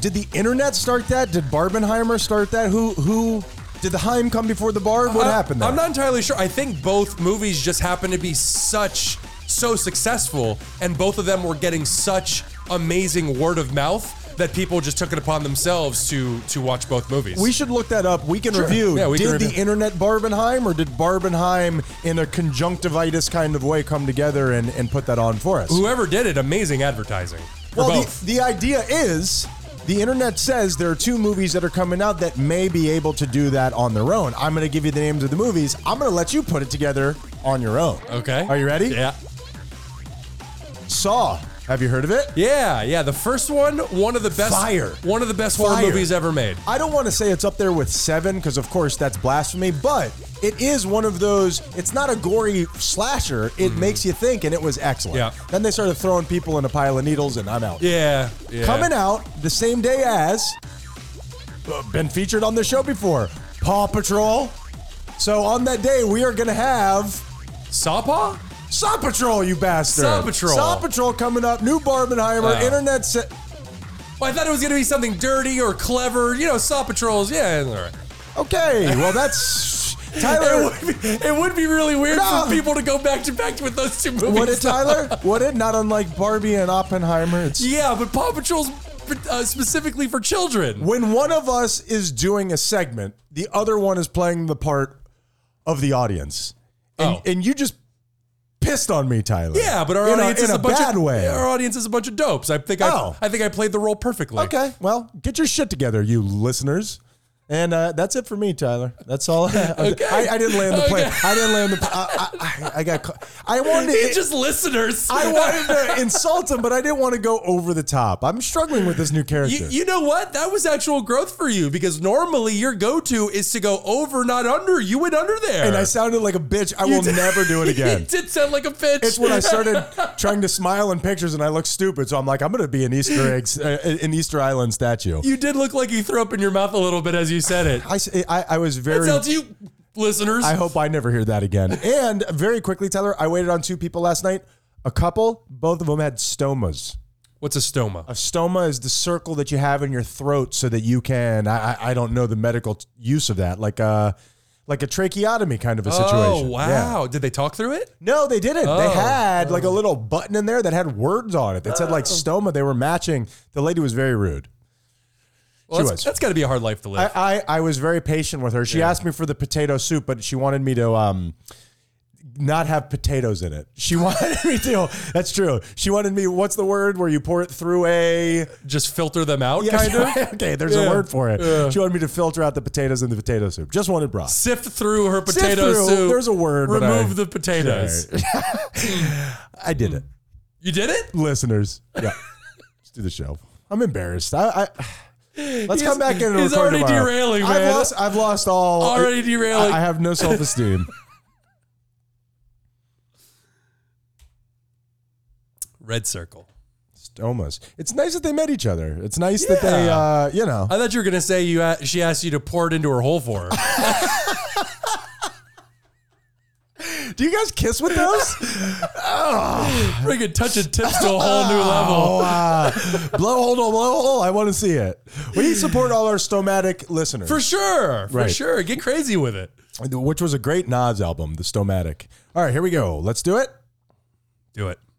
did the internet start that? Did Barbenheimer start that? Who who did the Heim come before the Barb? What I- happened there? Uh, I'm not entirely sure. I think both movies just happened to be such so successful, and both of them were getting such amazing word of mouth that people just took it upon themselves to to watch both movies. we should look that up. We can review. Yeah, we did can the review. internet Barbenheim or did Barbenheim in a conjunctivitis kind of way come together and, and put that on for us? Whoever did it, amazing advertising. For well, both. the, the idea is the internet says there are two movies that are coming out that may be able to do that on their own. I'm going to give you the names of the movies. I'm going to let you put it together on your own. okay. Are you ready? Yeah. Saw. Have you heard of it? Yeah, yeah. The first one, one of the best Fire. One of the best Fire. horror movies ever made. I don't want to say it's up there with seven because, of course, that's blasphemy, but it is one of those. It's not a gory slasher. It makes you think, and it was excellent. Mm-hmm. Yeah. Then they started throwing people in a pile of needles, and I'm out. Yeah. yeah. Coming out the same day as uh, been featured on the show before, Paw Patrol. So on that day, we are going to have Sawpaw? Saw Patrol, you bastard. Saw Patrol. Saw Patrol coming up. New Barbenheimer. Oh. Internet. Se- Well, I thought it was gonna be something dirty or clever. You know, Saw Patrols. Yeah, all right. okay. Well, that's Tyler. It would, be, it would be really weird No. for people to go back to back with those two movies. Would it, though. Tyler? Would it? Not unlike Barbie and Oppenheimer. It's Yeah, but Paw Patrol's uh, specifically for children. when one of us is doing a segment, the other one is playing the part of the audience, and, Oh. and you just piss pissed on me, Tyler. Yeah, but our in audience a, in is a a, bunch bad of way. our audience is a bunch of dopes. I think I Oh. I think I played the role perfectly. Okay, well, get your shit together, you listeners. And uh, that's it for me, Tyler. That's all. okay. I, I didn't land the plane. Okay. I didn't land the. I, I, I got. Caught. I wanted. They're To, just listeners. I wanted to insult him, but I didn't want to go over the top. I'm struggling with this new character. You, you know what? That was actual growth for you because normally your go-to is to go over, not under. You went under there, and I sounded like a bitch. I will never do it again. it did sound like a pitch. It's when I started trying to smile in pictures and I look stupid. So I'm like, I'm going to be an Easter egg, uh, an Easter Island statue. you did look like you threw up in your mouth a little bit as you said it. I, s- I, I was That very. sounds you, listeners. I hope I never hear that again. And very quickly, Tyler, I waited on two people last night. A couple, both of them had stomas. What's a stoma? A stoma is the circle that you have in your throat so that you can. I, I, I don't know the medical t- use of that, like a like a tracheotomy kind of a situation. Oh Yeah. wow! Did they talk through it? No, they didn't. They Oh. Oh. had like a little button in there that had words on it that said like stoma. They were matching. The lady was very rude. Well, She that's- was. that's got to be a hard life to live. I, I, I was very patient with her. She asked me for the potato soup, but she wanted me to um not have potatoes in it. She wanted me to. That's true. She wanted me. What's the word where you pour it through a? just filter them out, Yeah, kind of. okay, there's a Yeah. word for it. She wanted me to filter out the potatoes in the potato soup. Just wanted broth. Sift through her Sift potato through, soup. there's a word, but Remove I- the potatoes. I did it, You did it. listeners. Yeah, let's do the show. I'm embarrassed. I. I Let's He's- come back in and he's record already tomorrow. derailing, I've man. lost, I've lost all. Already derailing. I, I have no self esteem. Red circle. Stomas. It's nice that they met each other. It's nice that they, uh, you know. I thought you were gonna say you. a- She asked you to pour it into her hole for her. Do you guys kiss with those? Bring a touch of tips to a whole new level. oh, uh, blowhole, no blowhole. I want to see it. We support all our stomatic listeners, For sure. For Right. sure. Get crazy with it. which was a great Nods album, the Stomatic. All right, here we go. Let's do it. Do it.